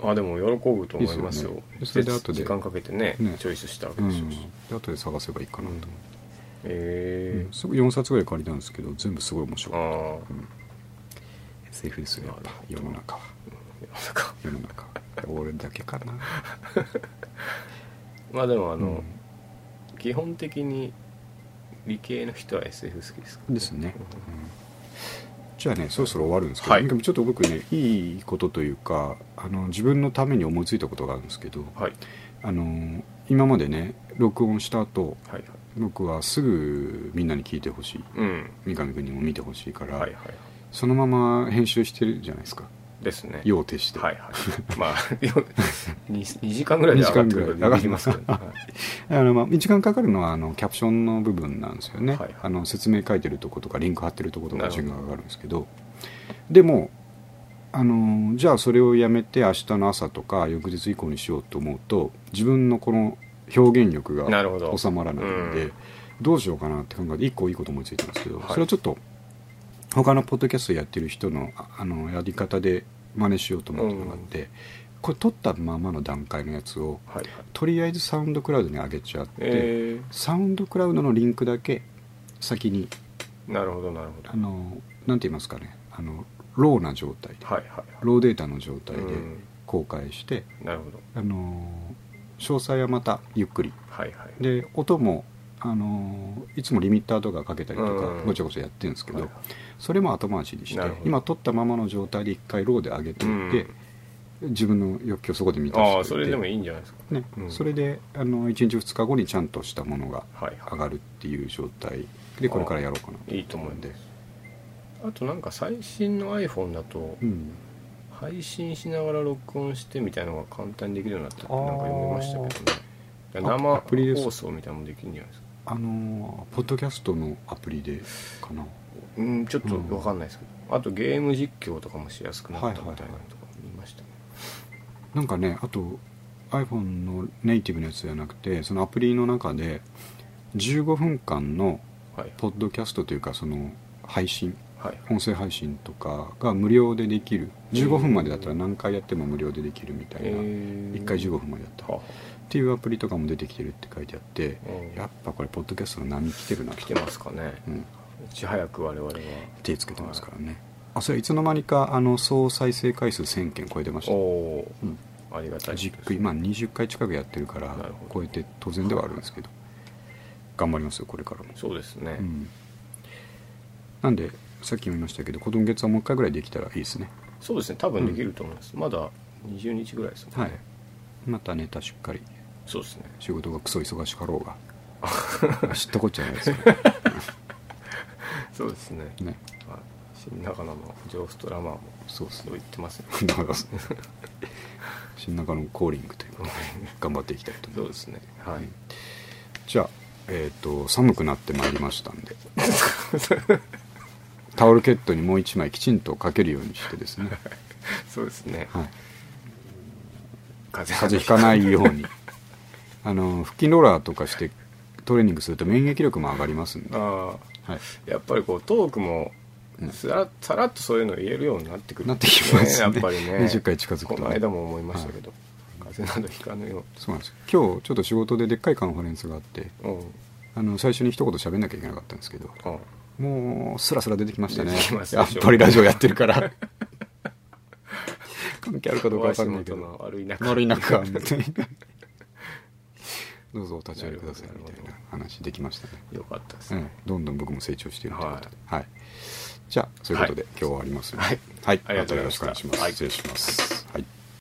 Speaker 2: あでも喜ぶと思いますよ
Speaker 1: いいですよねそれで後で
Speaker 2: 時間かけてね
Speaker 1: ね
Speaker 2: チョイスしたわけ
Speaker 1: う
Speaker 2: で
Speaker 1: ん
Speaker 2: しょうし、
Speaker 1: で後で探せばいいかなと思って、
Speaker 2: え
Speaker 1: うんすごい4冊ぐらい借りたんですけど全部すごい面白
Speaker 2: ー、
Speaker 1: い、
Speaker 2: あ
Speaker 1: うん、SF ですよやっぱ世の中は
Speaker 2: あなんか
Speaker 1: 世の中は俺だけかな
Speaker 2: まあでもあ
Speaker 1: あ
Speaker 2: の、基本的に理系の人は SF 好きですから
Speaker 1: ですね、じゃあねそろそろ終わるんですけど、
Speaker 2: はい
Speaker 1: でもちょっと僕ねいいことというかあの自分のために思いついたことがあるんですけど、
Speaker 2: はい
Speaker 1: あの今までね録音した後
Speaker 2: はいはい
Speaker 1: 僕はすぐみんなに聞いてほしい
Speaker 2: うん
Speaker 1: 三上君にも見てほしいから、
Speaker 2: はいはいはい
Speaker 1: そのまま編集してるじゃないですか
Speaker 2: ですね
Speaker 1: 用を徹して、
Speaker 2: はいはいまあ 2時間ぐらいで上がってく
Speaker 1: 二
Speaker 2: る
Speaker 1: 時間ぐ
Speaker 2: からら
Speaker 1: い
Speaker 2: できますけどね、はい
Speaker 1: あのまあ一番かかるのはあのキャプションの部分なんですよね、
Speaker 2: はいはい
Speaker 1: あの説明書いてるとことかリンク貼ってるとこと
Speaker 2: な
Speaker 1: か
Speaker 2: るほ
Speaker 1: 時
Speaker 2: ど
Speaker 1: 間がかかるんですけどでもあのじゃあそれをやめて明日の朝とか翌日以降にしようと思うと自分のこの表現力が
Speaker 2: なるほど
Speaker 1: 収まらないので
Speaker 2: うん
Speaker 1: どうしようかなって考えて一個いいこと思いついたんですけど、
Speaker 2: はい
Speaker 1: それをちょっと他のポッドキャストやってる人のああのやり方で真似しようと思ったのがあって、これ撮ったままの段階のやつを
Speaker 2: はいはい
Speaker 1: とりあえずサウンドクラウドに上げちゃって、
Speaker 2: え
Speaker 1: サウンドクラウドのリンクだけ先に
Speaker 2: ー、なるほどなるほど
Speaker 1: あのなんて言いますかねあのローな状態で
Speaker 2: はいはい
Speaker 1: ローデータの状態で
Speaker 2: うん
Speaker 1: 公開して、
Speaker 2: なるほど
Speaker 1: あの詳細はまたゆっくり
Speaker 2: はいはい
Speaker 1: で音もあのいつもリミッターとかかけたりとか、
Speaker 2: うん
Speaker 1: ごちゃごちゃやってるんですけど、
Speaker 2: はいはい
Speaker 1: それも後回しにして
Speaker 2: なるほど
Speaker 1: 今撮ったままの状態で一回ローで上げておいて、自分の欲求をそこで満たして
Speaker 2: あ
Speaker 1: おい
Speaker 2: あ
Speaker 1: て
Speaker 2: それでもいいんじゃないですか
Speaker 1: ね
Speaker 2: うん
Speaker 1: それであの1日2日後にちゃんとしたものが
Speaker 2: はい
Speaker 1: 上
Speaker 2: は
Speaker 1: がるっていう状態でこれからやろうかなと
Speaker 2: いいいと思うんであとなんか最新の iPhone だと
Speaker 1: うん、
Speaker 2: 配信しながら録音してみたいのが簡単にできるようになったって
Speaker 1: あ
Speaker 2: なん
Speaker 1: ー
Speaker 2: か読みましたけどねいや
Speaker 1: あアプリで
Speaker 2: 生
Speaker 1: す
Speaker 2: 放送みたいなのもできるんじゃないですか
Speaker 1: あのーポッドキャストのアプリでかな
Speaker 2: うんちょっと分かんないですけど、あとゲーム実況とかもしやすくなったみたいなのとか見ましたね、
Speaker 1: なんかねあと iPhone のネイティブのやつじゃなくてそのアプリの中で15分間の
Speaker 2: はい
Speaker 1: ポッドキャストというかその配信
Speaker 2: はい
Speaker 1: 音声配信とかが無料でできる15分までだったら何回やっても無料でできるみたいな、1回15分までだったら
Speaker 2: は
Speaker 1: っていうアプリとかも出てきてるって書いてあって
Speaker 2: うん
Speaker 1: やっぱこれポッドキャストの波来てるな
Speaker 2: 来てますかね
Speaker 1: うん、
Speaker 2: いち早く我々は
Speaker 1: 手つけてますからね、あそれいつの間にかあの総再生回数1000件超えてました
Speaker 2: おおー、
Speaker 1: うん
Speaker 2: ありがたいことです
Speaker 1: じっくりまあ20回近くやってるから
Speaker 2: なるほど
Speaker 1: 超えて当然ではあるんですけど頑張りますよこれからも、
Speaker 2: そうですね、
Speaker 1: うん、なんでさっきも言いましたけど今月はもう一回ぐらいできたらいいですね
Speaker 2: そうですね多分できると思います、まだ20日ぐらいですもんね、
Speaker 1: はいまたネタしっかり
Speaker 2: そうですね
Speaker 1: 仕事がクソ忙しかろう が知ったこっちゃないですけど
Speaker 2: そうですね、
Speaker 1: ね
Speaker 2: はい、新中野のジョーストラマーも
Speaker 1: そうです
Speaker 2: そう
Speaker 1: ね
Speaker 2: 言って ますね
Speaker 1: だから 新中野コーリングということで頑張っていきたいと思います
Speaker 2: そうですねはい、
Speaker 1: じゃあ、えー、と寒くなってまいりましたんでタオルケットにもう一枚きちんとかけるようにしてですね、
Speaker 2: そうですね
Speaker 1: はい、
Speaker 2: 風
Speaker 1: 風邪ひかないようにあの腹筋ローラーとかしてトレーニングすると免疫力も上がりますんで、は
Speaker 2: ああ
Speaker 1: い、
Speaker 2: やっぱりこうトークも
Speaker 1: うん
Speaker 2: さらさらっとそういうの言えるようになってくる
Speaker 1: なってきますね
Speaker 2: やっぱりね
Speaker 1: 20回近づくとね
Speaker 2: この間も思いましたけど、風邪などひかぬよ
Speaker 1: そうなんです今日ちょっと仕事ででっかいカンファレンスがあって
Speaker 2: う、うん
Speaker 1: あの最初に一言喋んなきゃいけなかったんですけど
Speaker 2: うん、
Speaker 1: もうスラスラ出てきましたね
Speaker 2: 出てきますで
Speaker 1: やっ
Speaker 2: しょ
Speaker 1: ぱりラジオやってるから 関係あるかどうか分か
Speaker 2: 足
Speaker 1: んないけ
Speaker 2: 元
Speaker 1: ど
Speaker 2: の悪い中
Speaker 1: 悪い中みたいな どうぞお立ち寄りください
Speaker 2: なる
Speaker 1: み
Speaker 2: ほ
Speaker 1: た
Speaker 2: ど
Speaker 1: いな話できましたね、
Speaker 2: よかったです
Speaker 1: う
Speaker 2: ね、
Speaker 1: ん、どんどん僕も成長しているということで、はいじゃあそういうことで、今日は終わりますので
Speaker 2: はい
Speaker 1: はい、
Speaker 2: ありがとうございました
Speaker 1: たよろしくお願いします、
Speaker 2: はい
Speaker 1: 失礼します、はい